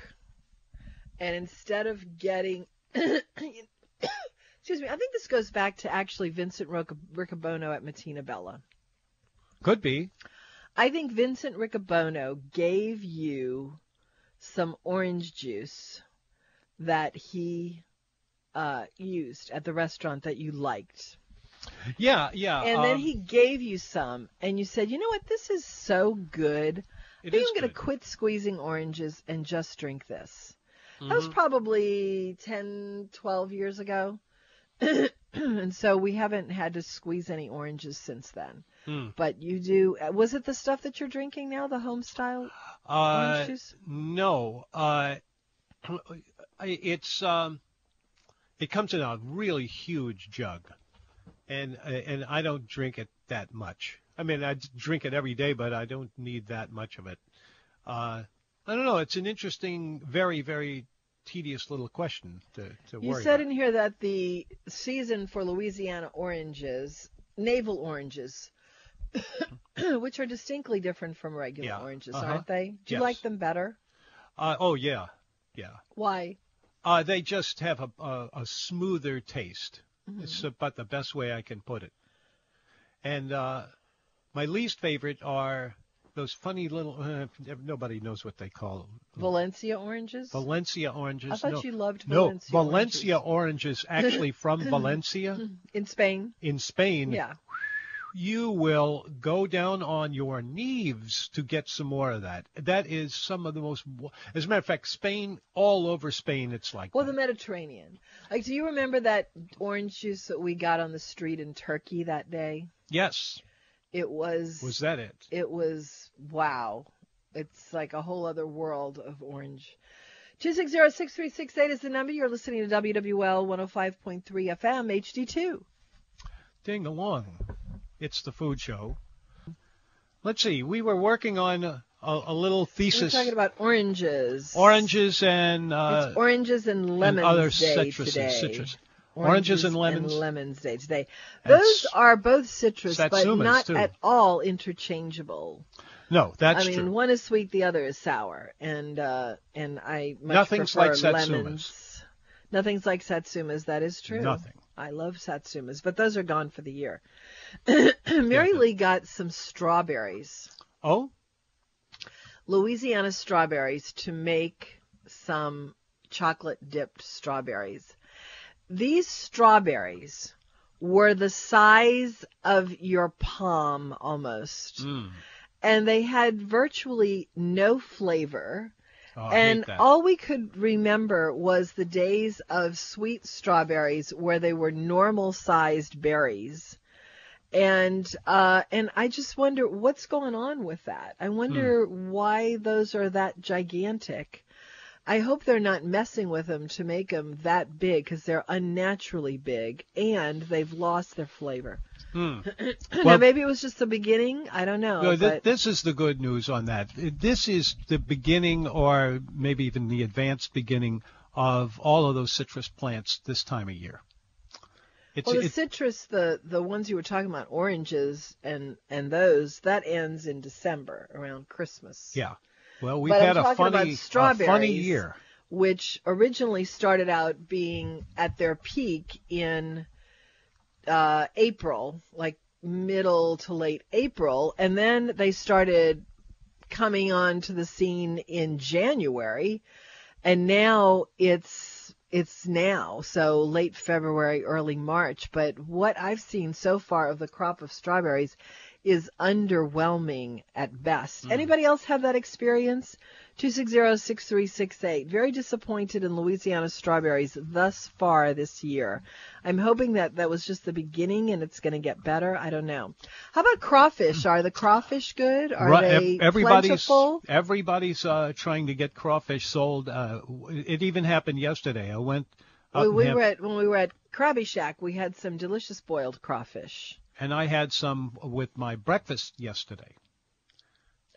Speaker 3: And instead of getting excuse me, I think this goes back to actually Vincent Roca- Riccobono at Matina Bella.
Speaker 2: could be
Speaker 3: I think Vincent Riccobono gave you some orange juice that he uh, used at the restaurant that you liked.
Speaker 2: yeah yeah.
Speaker 3: And then
Speaker 2: um,
Speaker 3: he gave you some, and you said, "You know what? This is so good. I
Speaker 2: it
Speaker 3: think
Speaker 2: is
Speaker 3: I'm going
Speaker 2: good.
Speaker 3: to quit squeezing oranges and just drink this." That
Speaker 2: Mm-hmm.
Speaker 3: was probably 10, 12 years ago, and so we haven't had to squeeze any oranges since then.
Speaker 2: Hmm.
Speaker 3: But you do. uh, Was it the stuff that you're drinking now, the home style?
Speaker 2: Uh,
Speaker 3: juice?
Speaker 2: no, uh, I- it's um, it comes in a really huge jug, and and I don't drink it that much. I mean, I drink it every day, but I don't need that much of it. Uh, I don't know. It's an interesting, very very tedious little question to to
Speaker 3: You
Speaker 2: worry
Speaker 3: said
Speaker 2: about.
Speaker 3: in here that the season for Louisiana oranges, navel oranges, which are distinctly different from regular
Speaker 2: Yeah,
Speaker 3: oranges,
Speaker 2: uh-huh.
Speaker 3: aren't they? Do you
Speaker 2: Yes.
Speaker 3: like them better?
Speaker 2: uh, oh yeah, yeah.
Speaker 3: Why?
Speaker 2: Uh, they just have a, a, a smoother taste.
Speaker 3: Mm-hmm.
Speaker 2: It's about the best way I can put it. And uh, my least favorite are those funny little. Uh, nobody knows what they call them.
Speaker 3: Valencia oranges?
Speaker 2: Hmm. Valencia oranges.
Speaker 3: I thought
Speaker 2: no,
Speaker 3: you loved
Speaker 2: no,
Speaker 3: Valencia
Speaker 2: Valencia oranges actually from Valencia
Speaker 3: In Spain?
Speaker 2: in Spain.
Speaker 3: Mm-hmm. Yeah.
Speaker 2: You will go down on your knees to get some more of that. That is some of the most. As a matter of fact, Spain, all over Spain, it's like
Speaker 3: Well,
Speaker 2: that.
Speaker 3: the Mediterranean. Like, do you remember that orange juice that we got on the street in Turkey that day?
Speaker 2: yes.
Speaker 3: It was.
Speaker 2: Was that it?
Speaker 3: It was wow. It's like a whole other world of orange. 260-6368 is the number. You're listening to WWL 105.3 FM HD2.
Speaker 2: Ding along. It's the food show. Let's see. We were working on a, a little
Speaker 3: We're
Speaker 2: thesis.
Speaker 3: talking about oranges.
Speaker 2: oranges and, uh,
Speaker 3: It's oranges and
Speaker 2: and
Speaker 3: lemons
Speaker 2: other
Speaker 3: day
Speaker 2: citruses.
Speaker 3: today.
Speaker 2: Citrus. Oranges and lemons.
Speaker 3: lemons day today.
Speaker 2: And
Speaker 3: Those
Speaker 2: s-
Speaker 3: are both citrus, but
Speaker 2: satsumas,
Speaker 3: not
Speaker 2: too.
Speaker 3: at all interchangeable.
Speaker 2: No, that's
Speaker 3: I mean,
Speaker 2: true.
Speaker 3: one is sweet, the other is sour, and uh, and I much
Speaker 2: Nothing's
Speaker 3: prefer
Speaker 2: like satsumas.
Speaker 3: lemons. Nothing's like satsumas. That is true.
Speaker 2: Nothing.
Speaker 3: I love satsumas, but those are gone for the year. Mary Lee got some strawberries,
Speaker 2: Oh,
Speaker 3: Louisiana strawberries, to make some chocolate dipped strawberries. These strawberries were the size of your palm almost
Speaker 2: mm.
Speaker 3: and they had virtually no flavor.
Speaker 2: Oh, I
Speaker 3: and
Speaker 2: hate that.
Speaker 3: all we could remember was the days of sweet strawberries where they were normal sized berries. And uh, and I just wonder what's going on with that. I wonder
Speaker 2: Hmm.
Speaker 3: why those are that gigantic. I hope they're not messing with them to make them that big because they're unnaturally big and they've lost their flavor. now
Speaker 2: Hmm. Well-
Speaker 3: maybe it was just the beginning. I don't know.
Speaker 2: No, thi-
Speaker 3: but
Speaker 2: this is the good news on that. This is the beginning, or maybe even the advanced beginning, of all of those citrus plants this time of year. It's,
Speaker 3: well, the
Speaker 2: it-
Speaker 3: citrus, the the ones you were talking about, oranges and and those that ends in December around Christmas.
Speaker 2: yeah. Well, we've
Speaker 3: But I'm
Speaker 2: had a
Speaker 3: talking about
Speaker 2: funny, a funny
Speaker 3: strawberries.
Speaker 2: year.
Speaker 3: which originally started out being at their peak in uh, April, like middle to late April, and then they started coming onto the scene in January, and now it's it's now so late February, early March. But what I've seen so far of the crop of strawberries is underwhelming at best.
Speaker 2: Mm.
Speaker 3: Anybody else have that experience? 260-6368. Very disappointed in Louisiana strawberries thus far this year. I'm hoping that that was just the beginning and it's going to get better. I don't know. How about crawfish? Are the crawfish good? Are
Speaker 2: Mm. Right, ev-
Speaker 3: they
Speaker 2: everybody's
Speaker 3: plentiful?
Speaker 2: everybody's uh, trying to get crawfish sold. Uh, w- it even happened yesterday. I went up
Speaker 3: When
Speaker 2: in
Speaker 3: we
Speaker 2: Ham-
Speaker 3: were at when we were at Krabby Shack, we had some delicious boiled crawfish.
Speaker 2: and I had some with my breakfast yesterday.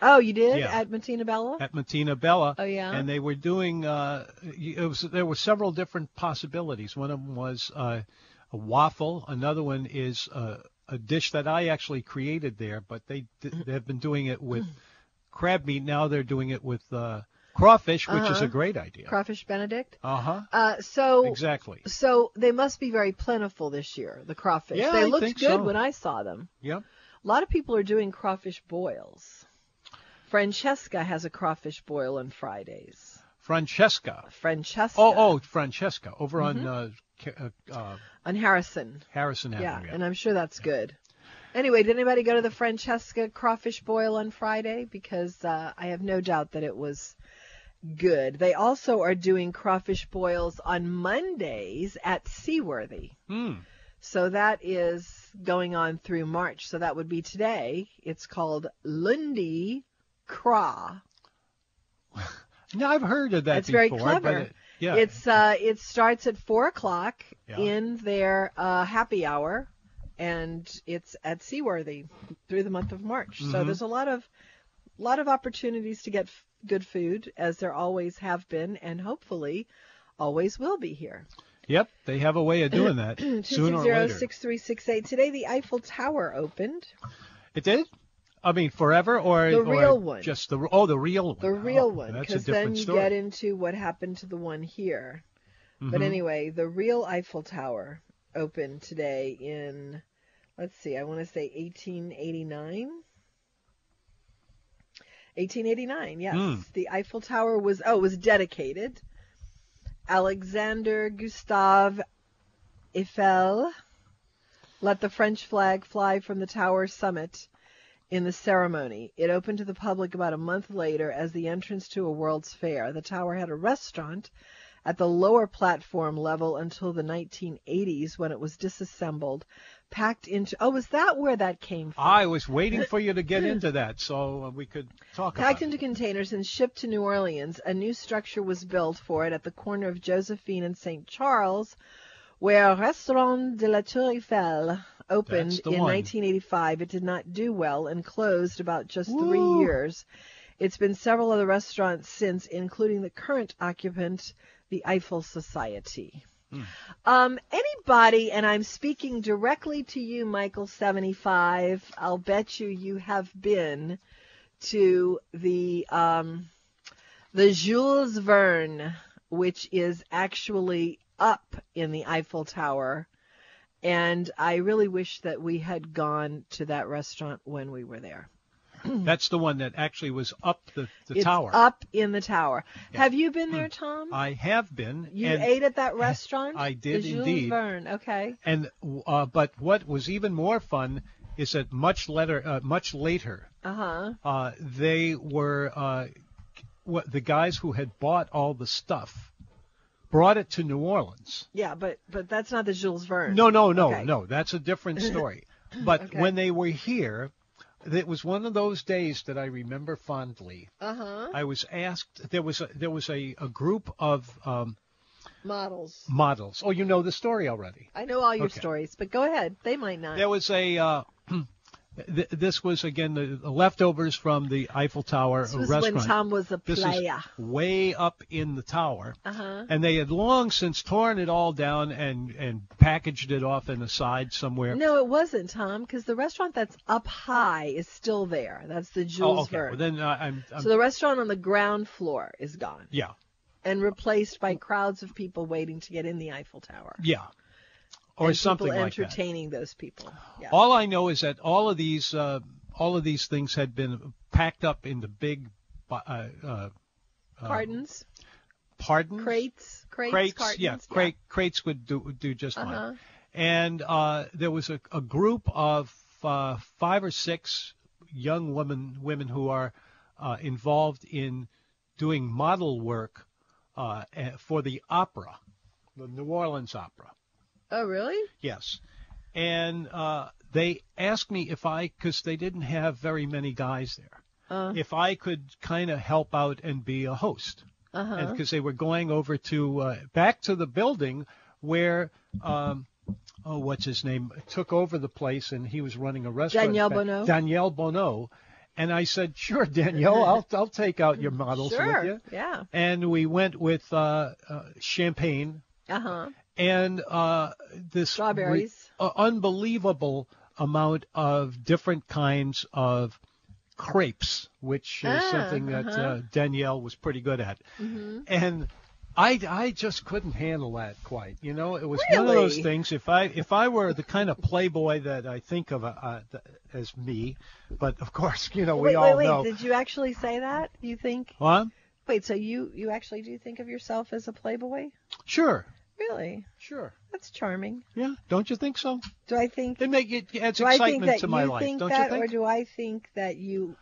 Speaker 3: Oh, you did
Speaker 2: Yeah.
Speaker 3: at Matina Bella?
Speaker 2: at Matina Bella.
Speaker 3: Oh, yeah?
Speaker 2: And they were doing. Uh, it was there were several different possibilities. One of them was uh, a waffle. Another one is uh, a dish that I actually created there, but they
Speaker 3: Mm-hmm.
Speaker 2: they've been doing it with crab meat. Now they're doing it with uh, crawfish, which
Speaker 3: Uh-huh.
Speaker 2: is a great idea.
Speaker 3: Crawfish Benedict.
Speaker 2: uh huh.
Speaker 3: Uh, so
Speaker 2: Exactly.
Speaker 3: so they must be very plentiful this year. The crawfish.
Speaker 2: Yeah,
Speaker 3: they
Speaker 2: I
Speaker 3: looked
Speaker 2: think
Speaker 3: good
Speaker 2: so.
Speaker 3: when I saw them.
Speaker 2: Yep.
Speaker 3: A lot of people are doing crawfish boils. Francesca has a crawfish boil on Fridays.
Speaker 2: Francesca.
Speaker 3: Francesca.
Speaker 2: Oh, oh, Francesca, over on uh, Ca- uh, uh,
Speaker 3: On Harrison.
Speaker 2: Harrison
Speaker 3: Yeah,
Speaker 2: Avenue.
Speaker 3: and I'm sure that's good. Anyway, did anybody go to the Francesca crawfish boil on Friday? Because uh, I have no doubt that it was good. They also are doing crawfish boils on Mondays at Seaworthy.
Speaker 2: Hmm.
Speaker 3: So that is going on through March. So that would be today. It's called Lundi Craw.
Speaker 2: No, I've heard of that
Speaker 3: That's
Speaker 2: before.
Speaker 3: very clever.
Speaker 2: But it, yeah.
Speaker 3: It's uh, it starts at four o'clock
Speaker 2: Yeah.
Speaker 3: in their uh, happy hour, and it's at Seaworthy through the month of March.
Speaker 2: Mm-hmm.
Speaker 3: So there's a lot of lot of opportunities to get f- good food, as there always have been, and hopefully always will be here.
Speaker 2: Yep, they have a way of doing that sooner or later.
Speaker 3: 260-6368. Today the Eiffel Tower opened.
Speaker 2: It did. I mean, forever or
Speaker 3: The
Speaker 2: or
Speaker 3: real one.
Speaker 2: Just the oh, the real one.
Speaker 3: The
Speaker 2: Oh,
Speaker 3: real one,
Speaker 2: That's a
Speaker 3: because
Speaker 2: different
Speaker 3: then you
Speaker 2: story.
Speaker 3: get into what happened to the one here.
Speaker 2: Mm-hmm.
Speaker 3: But anyway, the real Eiffel Tower opened today in, let's see, I want to say 1889. 1889, yes.
Speaker 2: Hmm.
Speaker 3: The Eiffel Tower was, oh, it was dedicated. Alexander Gustave Eiffel let the French flag fly from the tower summit in the ceremony. It opened to the public about a month later as the entrance to a World's Fair. The tower had a restaurant at the lower platform level until the 1980s when it was disassembled, packed into. Oh, was that where that came from?
Speaker 2: I was waiting for you to get into that so uh, we could talk about
Speaker 3: Packed
Speaker 2: it.
Speaker 3: into containers and shipped to New Orleans, a new structure was built for it at the corner of Josephine and St. Charles, where Restaurant de la Tour Eiffel opened
Speaker 2: That's the
Speaker 3: in
Speaker 2: one.
Speaker 3: 1985. It did not do well and closed about just three years. It's been several other restaurants since, including the current occupant, the Eiffel Society.
Speaker 2: Hmm.
Speaker 3: Um, anybody, and I'm speaking directly to you, Michael75, I'll bet you you have been to the um, the Jules Verne, which is actually up in the Eiffel Tower. And I really wish that we had gone to that restaurant when we were there.
Speaker 2: That's the one that actually was up the, the
Speaker 3: it's
Speaker 2: tower. Hmm.
Speaker 3: up in the tower. Have you been there, Tom?
Speaker 2: I have been.
Speaker 3: you
Speaker 2: and,
Speaker 3: ate at that restaurant?
Speaker 2: I did
Speaker 3: the Jules
Speaker 2: indeed.
Speaker 3: Verne. Okay.
Speaker 2: And uh, but what was even more fun is that much later, uh, much later,
Speaker 3: Uh huh.
Speaker 2: uh, they were uh, what the guys who had bought all the stuff brought it to New Orleans.
Speaker 3: Yeah, but but that's not the Jules Verne.
Speaker 2: No, no, no,
Speaker 3: Okay.
Speaker 2: no. That's a different story. But
Speaker 3: Okay.
Speaker 2: when they were here, it was one of those days that I remember fondly.
Speaker 3: Uh huh.
Speaker 2: I was asked there was a, there was a, a group of um,
Speaker 3: models.
Speaker 2: models. Oh, you know the story already.
Speaker 3: I know all your
Speaker 2: Okay.
Speaker 3: stories, but go ahead. They might not.
Speaker 2: There was a. Uh, th- this was again the, the leftovers from the Eiffel Tower
Speaker 3: this was
Speaker 2: restaurant.
Speaker 3: when Tom was a
Speaker 2: this is
Speaker 3: player.
Speaker 2: way up in the tower,
Speaker 3: Uh-huh.
Speaker 2: and they had long since torn it all down and and packaged it off in a side somewhere.
Speaker 3: No, it wasn't, Tom, because the restaurant that's up high is still there. That's the Jules
Speaker 2: oh, okay.
Speaker 3: Verne.
Speaker 2: Well, then uh, I'm. I'm
Speaker 3: so the restaurant on the ground floor is gone
Speaker 2: yeah,
Speaker 3: and replaced by crowds of people waiting to get in the Eiffel Tower.
Speaker 2: yeah, Oh, or
Speaker 3: and
Speaker 2: something
Speaker 3: people
Speaker 2: like that. Oh.
Speaker 3: entertaining those people. Yeah.
Speaker 2: All I know is that all of these uh, all of these things had been packed up into big bu- uh, uh,
Speaker 3: cartons,
Speaker 2: pardons,
Speaker 3: crates,
Speaker 2: Um,
Speaker 3: crates,
Speaker 2: crates,
Speaker 3: cartons.
Speaker 2: yeah, crate, crates would do would do just
Speaker 3: Uh-huh.
Speaker 2: fine. And uh, there was a, a group of uh, five or six young women women who are uh, involved in doing model work uh, eh, for the opera, the New Orleans Opera.
Speaker 3: Oh, really?
Speaker 2: Yes. And uh, they asked me if I, because they didn't have very many guys there,
Speaker 3: Uh.
Speaker 2: if I could kind of help out and be a host.
Speaker 3: Uh-huh.
Speaker 2: Because they were going over to uh, back to the building where, um, oh, what's his name, took over the place and he was running a restaurant.
Speaker 3: Daniel
Speaker 2: back-
Speaker 3: Bonneau?
Speaker 2: Danielle Bonneau. And I said, sure, Danielle, I'll, I'll take out your models
Speaker 3: Sure.
Speaker 2: with you.
Speaker 3: Yeah.
Speaker 2: And we went with uh, uh, Champagne,
Speaker 3: Uh huh.
Speaker 2: and uh, this
Speaker 3: Strawberries.
Speaker 2: re- uh, unbelievable amount of different kinds of crepes, which is
Speaker 3: Ah, Mm-hmm.
Speaker 2: something that uh, Danielle was pretty good at, and. I, I just couldn't handle that quite. You know, it was one of those
Speaker 3: Really?
Speaker 2: things. If I if I were the kind of playboy that I think of uh, uh, th- as me, but of course, you know, we
Speaker 3: wait,
Speaker 2: all
Speaker 3: wait, wait.
Speaker 2: know.
Speaker 3: Did you actually say that? You think?
Speaker 2: Huh?
Speaker 3: Wait, so you you actually do think of yourself as a playboy?
Speaker 2: Sure,
Speaker 3: Really?
Speaker 2: sure.
Speaker 3: That's charming.
Speaker 2: Yeah, don't you think so?
Speaker 3: Do I think?
Speaker 2: It make it adds
Speaker 3: do I think
Speaker 2: excitement
Speaker 3: that
Speaker 2: to my
Speaker 3: you
Speaker 2: life,
Speaker 3: think
Speaker 2: don't
Speaker 3: that,
Speaker 2: you think?
Speaker 3: or do I think that you?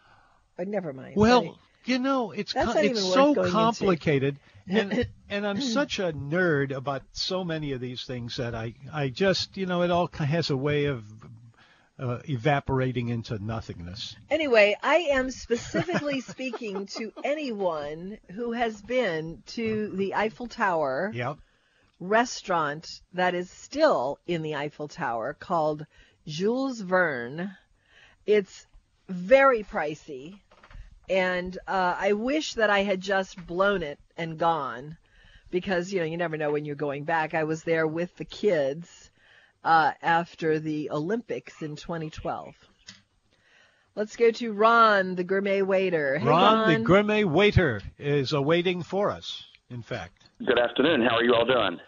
Speaker 3: But never mind.
Speaker 2: Well,
Speaker 3: Sorry.
Speaker 2: you know, it's
Speaker 3: That's
Speaker 2: com-
Speaker 3: not
Speaker 2: it's
Speaker 3: even worth
Speaker 2: so
Speaker 3: going into.
Speaker 2: complicated, and and I'm such a nerd about so many of these things that I I just you know it all ki- has a way of uh, evaporating into nothingness.
Speaker 3: Anyway, I am specifically speaking to anyone who has been to the Eiffel Tower
Speaker 2: Yep.
Speaker 3: restaurant that is still in the Eiffel Tower called Jules Verne. It's very pricey, and uh, I wish that I had just blown it and gone because you know you never know when you're going back. I was there with the kids uh, after the Olympics in 2012. Let's go to Ron, the gourmet waiter. Hey,
Speaker 2: Ron,
Speaker 3: Ron,
Speaker 2: the gourmet waiter, is awaiting for us. In fact,
Speaker 5: Good afternoon. How are you all doing?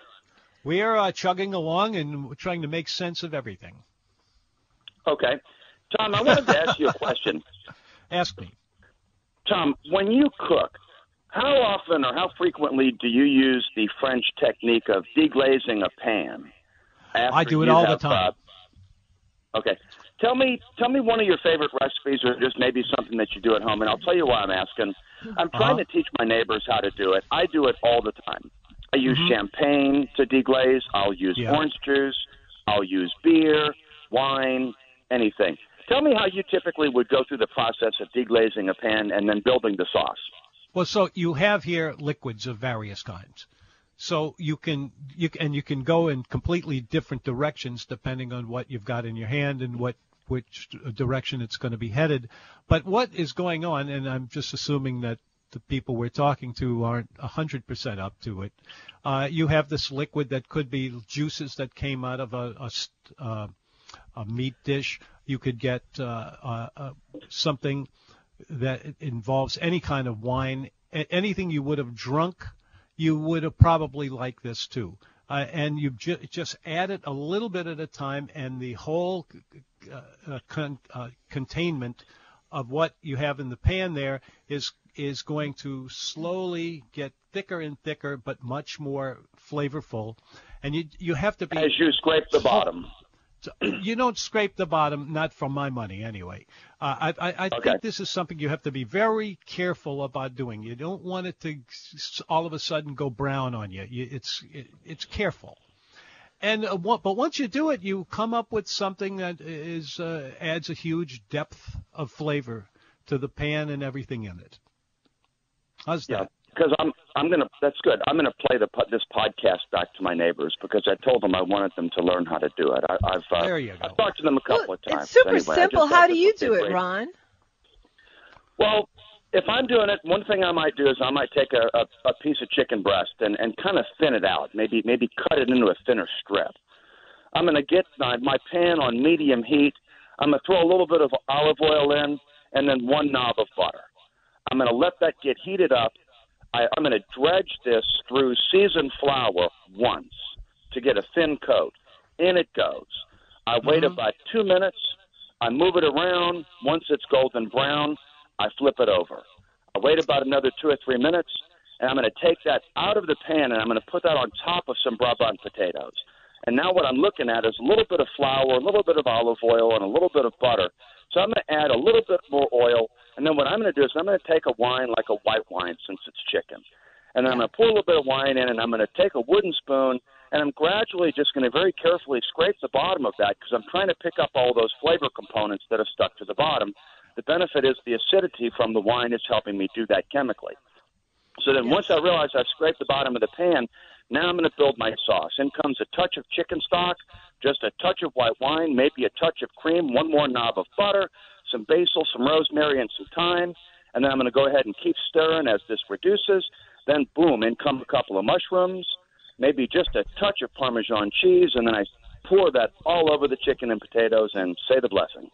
Speaker 2: we are uh, chugging along and trying to make sense of everything.
Speaker 5: Okay. Tom, I wanted to ask you a question.
Speaker 2: Ask me.
Speaker 5: Tom, when you cook, how often or how frequently do you use the French technique of deglazing a pan? after
Speaker 2: I do it
Speaker 5: you
Speaker 2: all the
Speaker 5: have,
Speaker 2: time.
Speaker 5: uh, okay. Tell me tell me one of your favorite recipes or just maybe something that you do at home and I'll tell you why I'm asking. I'm trying
Speaker 2: Uh-huh.
Speaker 5: to teach my neighbors how to do it. I do it all the time. I use champagne to deglaze, I'll use
Speaker 2: Mm-hmm. Yeah.
Speaker 5: orange juice, I'll use beer, wine, anything. Tell me how you typically would go through the process of deglazing a pan and then building the sauce.
Speaker 2: Well, so you have here liquids of various kinds. So you can you can- and you can go in completely different directions depending on what you've got in your hand and what which direction it's going to be headed. But what is going on? And I'm just assuming that the people we're talking to aren't 100% up to it. Uh, you have this liquid that could be juices that came out of a, a st- uh, a meat dish. You could get uh, uh, uh, something that involves any kind of wine, A- anything you would have drunk, you would have probably liked this too. Uh, and you ju- just add it a little bit at a time, and the whole uh, uh, con- uh, containment of what you have in the pan there is is going to slowly get thicker and thicker, but much more flavorful. And you you have to be
Speaker 5: As you scrape the bottom.
Speaker 2: you don't scrape the bottom, not from my money anyway. Uh, I, I, I
Speaker 5: Okay.
Speaker 2: think this is something you have to be very careful about doing. You don't want it to s- all of a sudden go brown on you. you it's it, it's careful. And uh, what, but once you do it, you come up with something that is uh, adds a huge depth of flavor to the pan and everything in it. How's that?
Speaker 5: Because I'm I'm gonna. That's good. I'm gonna play the po- this podcast back to my neighbors because I told them I wanted them to learn how to do it. I, I've uh,
Speaker 2: There you go.
Speaker 5: I've talked to them a couple
Speaker 3: Well,
Speaker 5: of times.
Speaker 3: it's super
Speaker 5: Anyway, I just
Speaker 3: simple.
Speaker 5: thought
Speaker 3: How do
Speaker 5: this
Speaker 3: you
Speaker 5: would be
Speaker 3: do it,
Speaker 5: great.
Speaker 3: Ron?
Speaker 5: Well, if I'm doing it, one thing I might do is I might take a, a, a piece of chicken breast and, and kind of thin it out. Maybe maybe cut it into a thinner strip. I'm going to get my, my pan on medium heat. I'm going to throw a little bit of olive oil in and then one knob of butter. I'm going to let that get heated up. I, I'm going to dredge this through seasoned flour once to get a thin coat. In it goes. I wait about two minutes. I move it around. Once it's golden brown, I flip it over. I wait about another two or three minutes, and I'm going to take that out of the pan and I'm going to put that on top of some Brabant potatoes. And now what I'm looking at is a little bit of flour, a little bit of olive oil, and a little bit of butter. So I'm going to add a little bit more oil, and then what I'm going to do is I'm going to take a wine like a white wine since it's chicken, and I'm going to pour a little bit of wine in, and I'm going to take a wooden spoon, and I'm gradually just going to very carefully scrape the bottom of that because I'm trying to pick up all those flavor components that are stuck to the bottom. The benefit is the acidity from the wine is helping me do that chemically. So then once I realize I've scraped the bottom of the pan, now I'm going to build my sauce. In comes a touch of chicken stock, just a touch of white wine, maybe a touch of cream, one more knob of butter, some basil, some rosemary, and some thyme. And then I'm going to go ahead and keep stirring as this reduces. Then, boom, in come a couple of mushrooms, maybe just a touch of Parmesan cheese, and then I pour that all over the chicken and potatoes and say the blessing.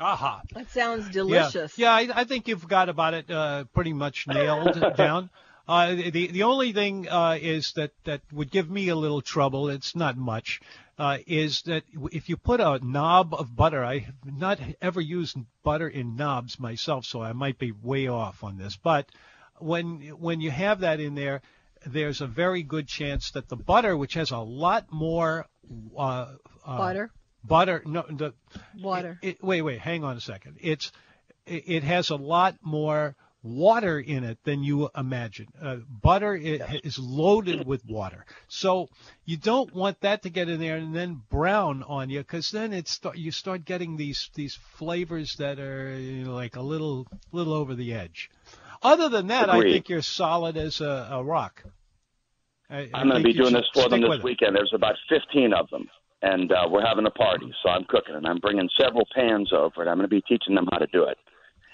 Speaker 2: Aha.
Speaker 3: That sounds delicious.
Speaker 2: Yeah, yeah I, I think you've got about it uh, pretty much nailed down. Uh, the the only thing uh, is that that would give me a little trouble. It's not much. Uh, is that if you put a knob of butter? I have not ever used butter in knobs myself, so I might be way off on this. But when when you have that in there, there's a very good chance that the butter, which has a lot more uh, uh,
Speaker 3: Butter,
Speaker 2: butter, no, the
Speaker 3: water.
Speaker 2: it, wait, wait, hang on a second. It's it, it has a lot more water in it than you imagine. Uh, butter is, is loaded with water, so you don't want that to get in there and then brown on you, because then it's start, you start getting these these flavors that are you know, like a little little over the edge. Other than that, I
Speaker 5: Agreed.
Speaker 2: think you're solid as a, a rock. I,
Speaker 5: I'm going to
Speaker 2: think
Speaker 5: be
Speaker 2: you
Speaker 5: doing
Speaker 2: should
Speaker 5: this for
Speaker 2: stick
Speaker 5: them this
Speaker 2: with it.
Speaker 5: weekend. There's about 15 of them, and uh, we're having a party, so I'm cooking, and I'm bringing several pans over, and I'm going to be teaching them how to do it.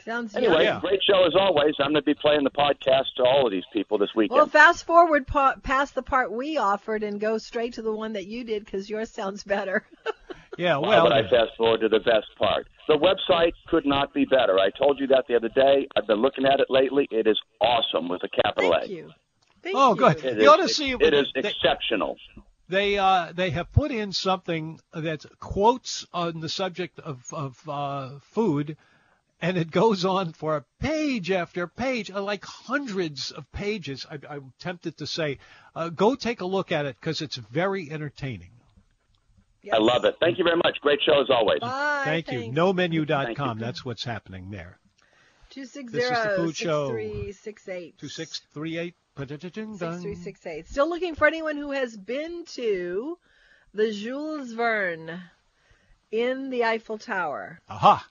Speaker 3: Sounds
Speaker 5: Anyway,
Speaker 3: yummy.
Speaker 2: Yeah.
Speaker 5: great show as always. I'm going to be playing the podcast to all of these people this weekend.
Speaker 3: Well, fast forward pa- past the part we offered and go straight to the one that you did because yours sounds better.
Speaker 2: Yeah,
Speaker 5: Why
Speaker 2: Oh, well,
Speaker 5: would I
Speaker 2: then.
Speaker 5: fast forward to the best part? The website could not be better. I told you that the other day. I've been looking at it lately. It is awesome with a capital
Speaker 3: Thank
Speaker 5: A.
Speaker 3: you. Thank
Speaker 2: Oh,
Speaker 3: you.
Speaker 2: good.
Speaker 5: It
Speaker 2: You ought to
Speaker 5: is-
Speaker 2: see-
Speaker 5: it is
Speaker 2: they-
Speaker 5: exceptional.
Speaker 2: they uh, they have put in something that's quotes on the subject of of uh, food, and it goes on for page after page, uh, like hundreds of pages. I, I'm tempted to say, uh, go take a look at it because it's very entertaining.
Speaker 5: I love it. Thank you very much. Great show as always.
Speaker 3: Bye.
Speaker 2: Thank you.
Speaker 3: thanks.
Speaker 2: NoMenu.com. That's what's happening there.
Speaker 3: Two six
Speaker 2: This is the
Speaker 3: zero
Speaker 2: food
Speaker 3: six
Speaker 2: show.
Speaker 3: three six eight.
Speaker 2: Two six three eight.
Speaker 3: Six three six eight. Still looking for anyone who has been to the Jules Verne in the Eiffel Tower.
Speaker 2: Aha.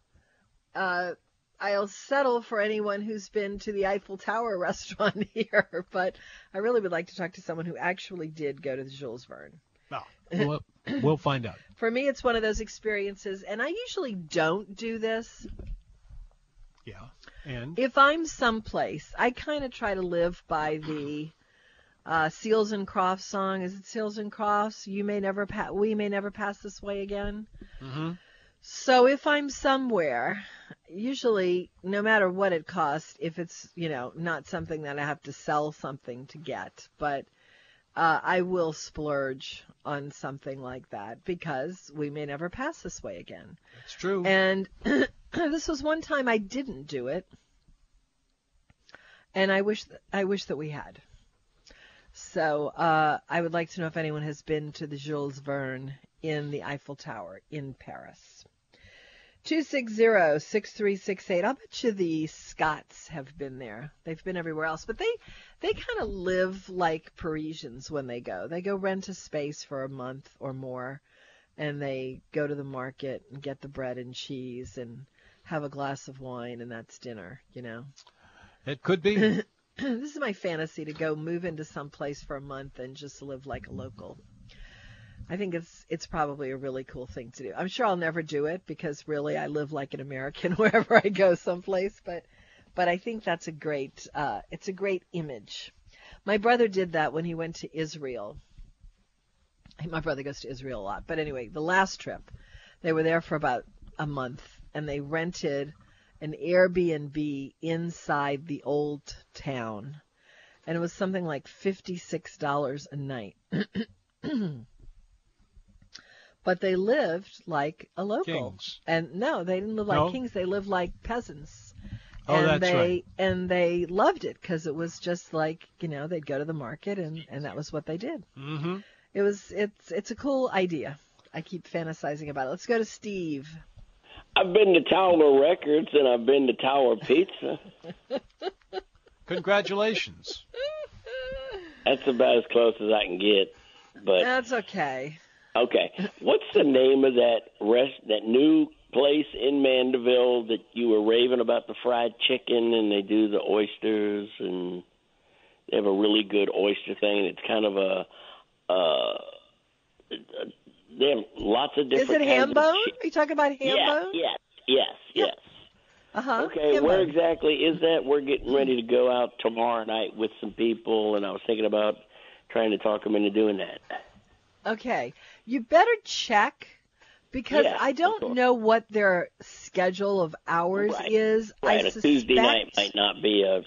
Speaker 3: Uh, I'll settle for anyone who's been to the Eiffel Tower restaurant here, but I really would like to talk to someone who actually did go to the Jules Verne.
Speaker 2: Well, we'll, we'll find out.
Speaker 3: For me, it's one of those experiences, and I usually don't do this.
Speaker 2: Yeah. And
Speaker 3: If I'm someplace, I kind of try to live by the uh, Seals and Crofts song. Is it Seals and Crofts? You may never pass. We may never pass this way again.
Speaker 2: Mhm.
Speaker 3: So if I'm somewhere, usually, no matter what it costs, if it's you know not something that I have to sell something to get, but uh, I will splurge on something like that because we may never pass this way again.
Speaker 2: it's true.
Speaker 3: And this was one time I didn't do it, and I wish th- I wish that we had. So uh, I would like to know if anyone has been to the Jules Verne in the Eiffel Tower in Paris. 260-6368. I'll bet you the Scots have been there. They've been everywhere else, but they they kind of live like Parisians when they go. They go rent a space for a month or more and they go to the market and get the bread and cheese and have a glass of wine and that's dinner, you know.
Speaker 2: it could be. Oh,
Speaker 3: this is my fantasy to go move into some place for a month and just live like a local. I think it's it's probably a really cool thing to do. I'm sure I'll never do it because really I live like an American wherever I go someplace, but but I think that's a great uh, it's a great image. My brother did that when he went to Israel. My brother goes to Israel a lot, but anyway, the last trip, they were there for about a month and they rented an Airbnb inside the old town, and it was something like fifty six dollars a night. but they lived like a local.
Speaker 2: Kings.
Speaker 3: And no, they didn't live like
Speaker 2: No?
Speaker 3: kings. They lived like peasants.
Speaker 2: Oh,
Speaker 3: and
Speaker 2: that's
Speaker 3: they
Speaker 2: right.
Speaker 3: and they loved it because it was just like you know they'd go to the market and and that was what they did.
Speaker 2: Mm-hmm.
Speaker 3: It was it's it's a cool idea. I keep fantasizing about it. Let's go to Steve.
Speaker 5: I've been to Tower Records and I've been to Tower Pizza.
Speaker 2: Congratulations.
Speaker 5: That's about as close as I can get. But
Speaker 3: That's okay.
Speaker 5: okay, what's the name of that rest that new place in Mandeville that you were raving about the fried chicken and they do the oysters and they have a really good oyster thing. It's kind of a uh they have lots of
Speaker 3: Is
Speaker 5: different
Speaker 3: it
Speaker 5: kinds
Speaker 3: Hambone?
Speaker 5: of
Speaker 3: Are
Speaker 5: chi-
Speaker 3: you talking about
Speaker 5: Yeah,
Speaker 3: Hambone?
Speaker 5: yes, yes, yes.
Speaker 3: Uh huh.
Speaker 5: Okay, where exactly is that? We're getting ready to go out tomorrow night with some people, and I was thinking about trying to talk them into doing that.
Speaker 3: Okay. You better check because
Speaker 5: Yeah,
Speaker 3: I
Speaker 5: of
Speaker 3: don't
Speaker 5: course.
Speaker 3: know what their schedule of hours
Speaker 5: Right,
Speaker 3: is. I
Speaker 5: Right, a
Speaker 3: suspect
Speaker 5: Tuesday night might not be a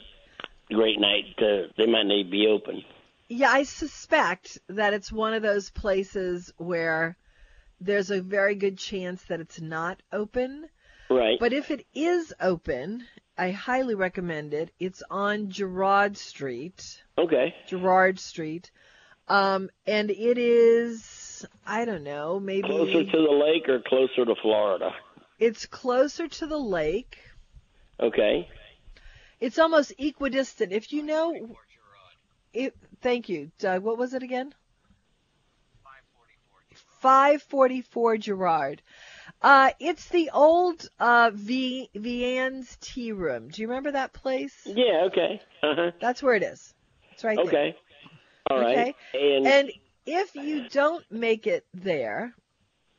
Speaker 5: great night. To, they might not be open.
Speaker 3: Yeah, I suspect that it's one of those places where there's a very good chance that it's not open.
Speaker 5: Right.
Speaker 3: But if it is open, I highly recommend it. It's on Gerard Street.
Speaker 5: okay.
Speaker 3: Gerard Street. Um, and it is I don't know, maybe
Speaker 5: Closer to the lake or closer to Florida?
Speaker 3: it's closer to the lake.
Speaker 5: Okay.
Speaker 3: It's almost equidistant. If you know, it, thank you, Doug. What was it again? 544 Gerard. Uh, it's the old uh, v- Vianne's Tea Room. Do you remember that place?
Speaker 5: Yeah. Okay. Uh huh.
Speaker 3: That's where it is. It's right there.
Speaker 5: Okay. All right. And,
Speaker 3: And if you don't make it there,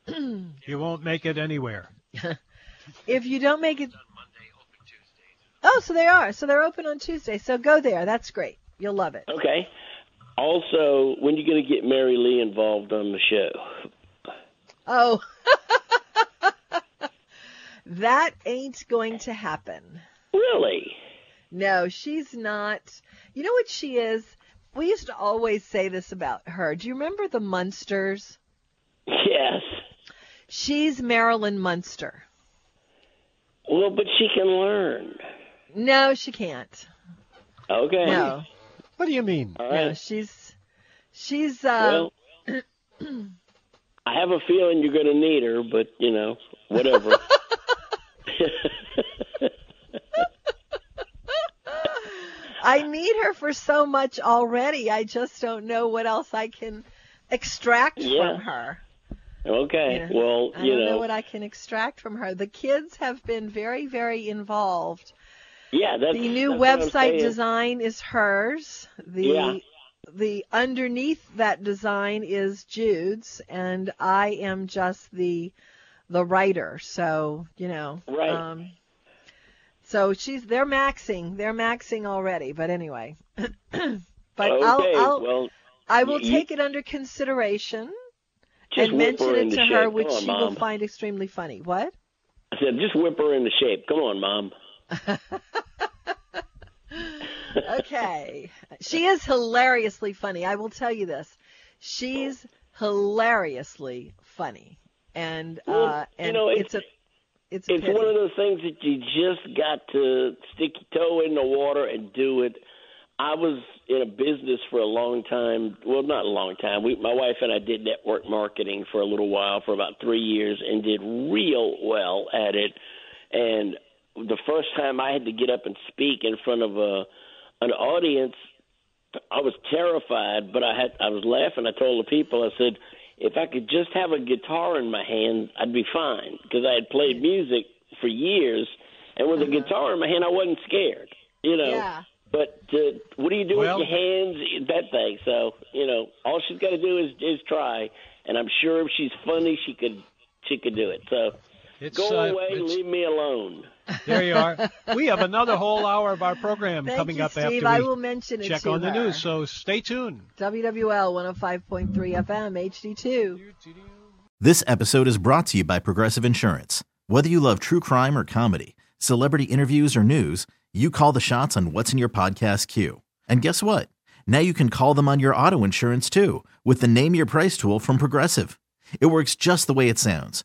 Speaker 2: You won't make it anywhere.
Speaker 3: if you don't make it. Oh, so they are. So they're open on Tuesday. So go there. That's great. You'll love it.
Speaker 5: okay. Also, when you going to get Mary Lee involved on the show?
Speaker 3: Oh. that ain't going to happen.
Speaker 5: Really?
Speaker 3: No, she's not. You know what she is? We used to always say this about her. Do you remember the Munsters?
Speaker 5: Yes.
Speaker 3: She's Marilyn Munster.
Speaker 5: Well, but she can learn.
Speaker 3: No, she can't.
Speaker 5: Okay.
Speaker 3: No.
Speaker 2: What do you mean?
Speaker 5: All
Speaker 3: No,
Speaker 5: right.
Speaker 3: she's she's uh
Speaker 5: well,
Speaker 3: Um,
Speaker 5: I have a feeling you're going to need her, but you know, whatever.
Speaker 3: I need her for so much already. I just don't know what else I can extract
Speaker 5: Yeah.
Speaker 3: from her.
Speaker 5: okay.
Speaker 3: Yeah.
Speaker 5: Well,
Speaker 3: I
Speaker 5: you
Speaker 3: don't know.
Speaker 5: know.
Speaker 3: what I can extract from her. The kids have been very, very involved.
Speaker 5: yeah, that's
Speaker 3: The new
Speaker 5: that's what I'm
Speaker 3: website
Speaker 5: saying.
Speaker 3: design is hers. The
Speaker 5: Yeah.
Speaker 3: the underneath that design is Jude's, and I am just the the writer. So you know,
Speaker 5: Right.
Speaker 3: Um, so she's they're maxing, they're maxing already. But anyway, but I'll,
Speaker 5: okay.
Speaker 3: I'll
Speaker 5: well,
Speaker 3: I will
Speaker 5: you-
Speaker 3: take it under consideration
Speaker 5: just
Speaker 3: and
Speaker 5: whip
Speaker 3: mention
Speaker 5: her
Speaker 3: it
Speaker 5: into
Speaker 3: to
Speaker 5: shape.
Speaker 3: her, which
Speaker 5: Come on,
Speaker 3: she
Speaker 5: Mom.
Speaker 3: will find extremely funny. What?
Speaker 5: I said, just whip her into shape. Come on, Mom.
Speaker 3: Okay. she is hilariously funny. I will tell you this. She's hilariously funny. And
Speaker 5: Well,
Speaker 3: uh
Speaker 5: you
Speaker 3: and
Speaker 5: know,
Speaker 3: it's,
Speaker 5: it's-
Speaker 3: a it's a
Speaker 5: It's
Speaker 3: pity.
Speaker 5: one of those things that you just got to stick your toe in the water and do it. I was in a business for a long time. Well, not a long time. We, my wife and I did network marketing for a little while, for about three years, and did real well at it. And the first time I had to get up and speak in front of a an audience, I was terrified, but I had I was laughing. I told the people, I said, if I could just have a guitar in my hand, I'd be fine because I had
Speaker 2: Uh-huh.
Speaker 5: played music for years, and with a guitar in my hand, I wasn't scared. You know,
Speaker 3: yeah.
Speaker 5: But uh, what do you do
Speaker 2: Well-
Speaker 5: with your hands? That thing. So you know, all she's got to do is is try, and I'm sure if she's funny, she could she could do it. So
Speaker 2: It's,
Speaker 5: go
Speaker 2: uh,
Speaker 5: away,
Speaker 2: it's-
Speaker 5: leave me alone.
Speaker 2: There you are. We have another whole hour of our program
Speaker 3: Thank
Speaker 2: coming
Speaker 3: you,
Speaker 2: up after
Speaker 3: Steve.
Speaker 2: we
Speaker 3: I will mention it
Speaker 2: check
Speaker 3: to
Speaker 2: on the
Speaker 3: her.
Speaker 2: news. So stay tuned.
Speaker 3: WWL 105.3 FM HD2.
Speaker 6: This episode is brought to you by Progressive Insurance. Whether you love true crime or comedy, celebrity interviews or news, you call the shots on what's in your podcast queue. And guess what? Now you can call them on your auto insurance too with the Name Your Price tool from Progressive. It works just the way it sounds.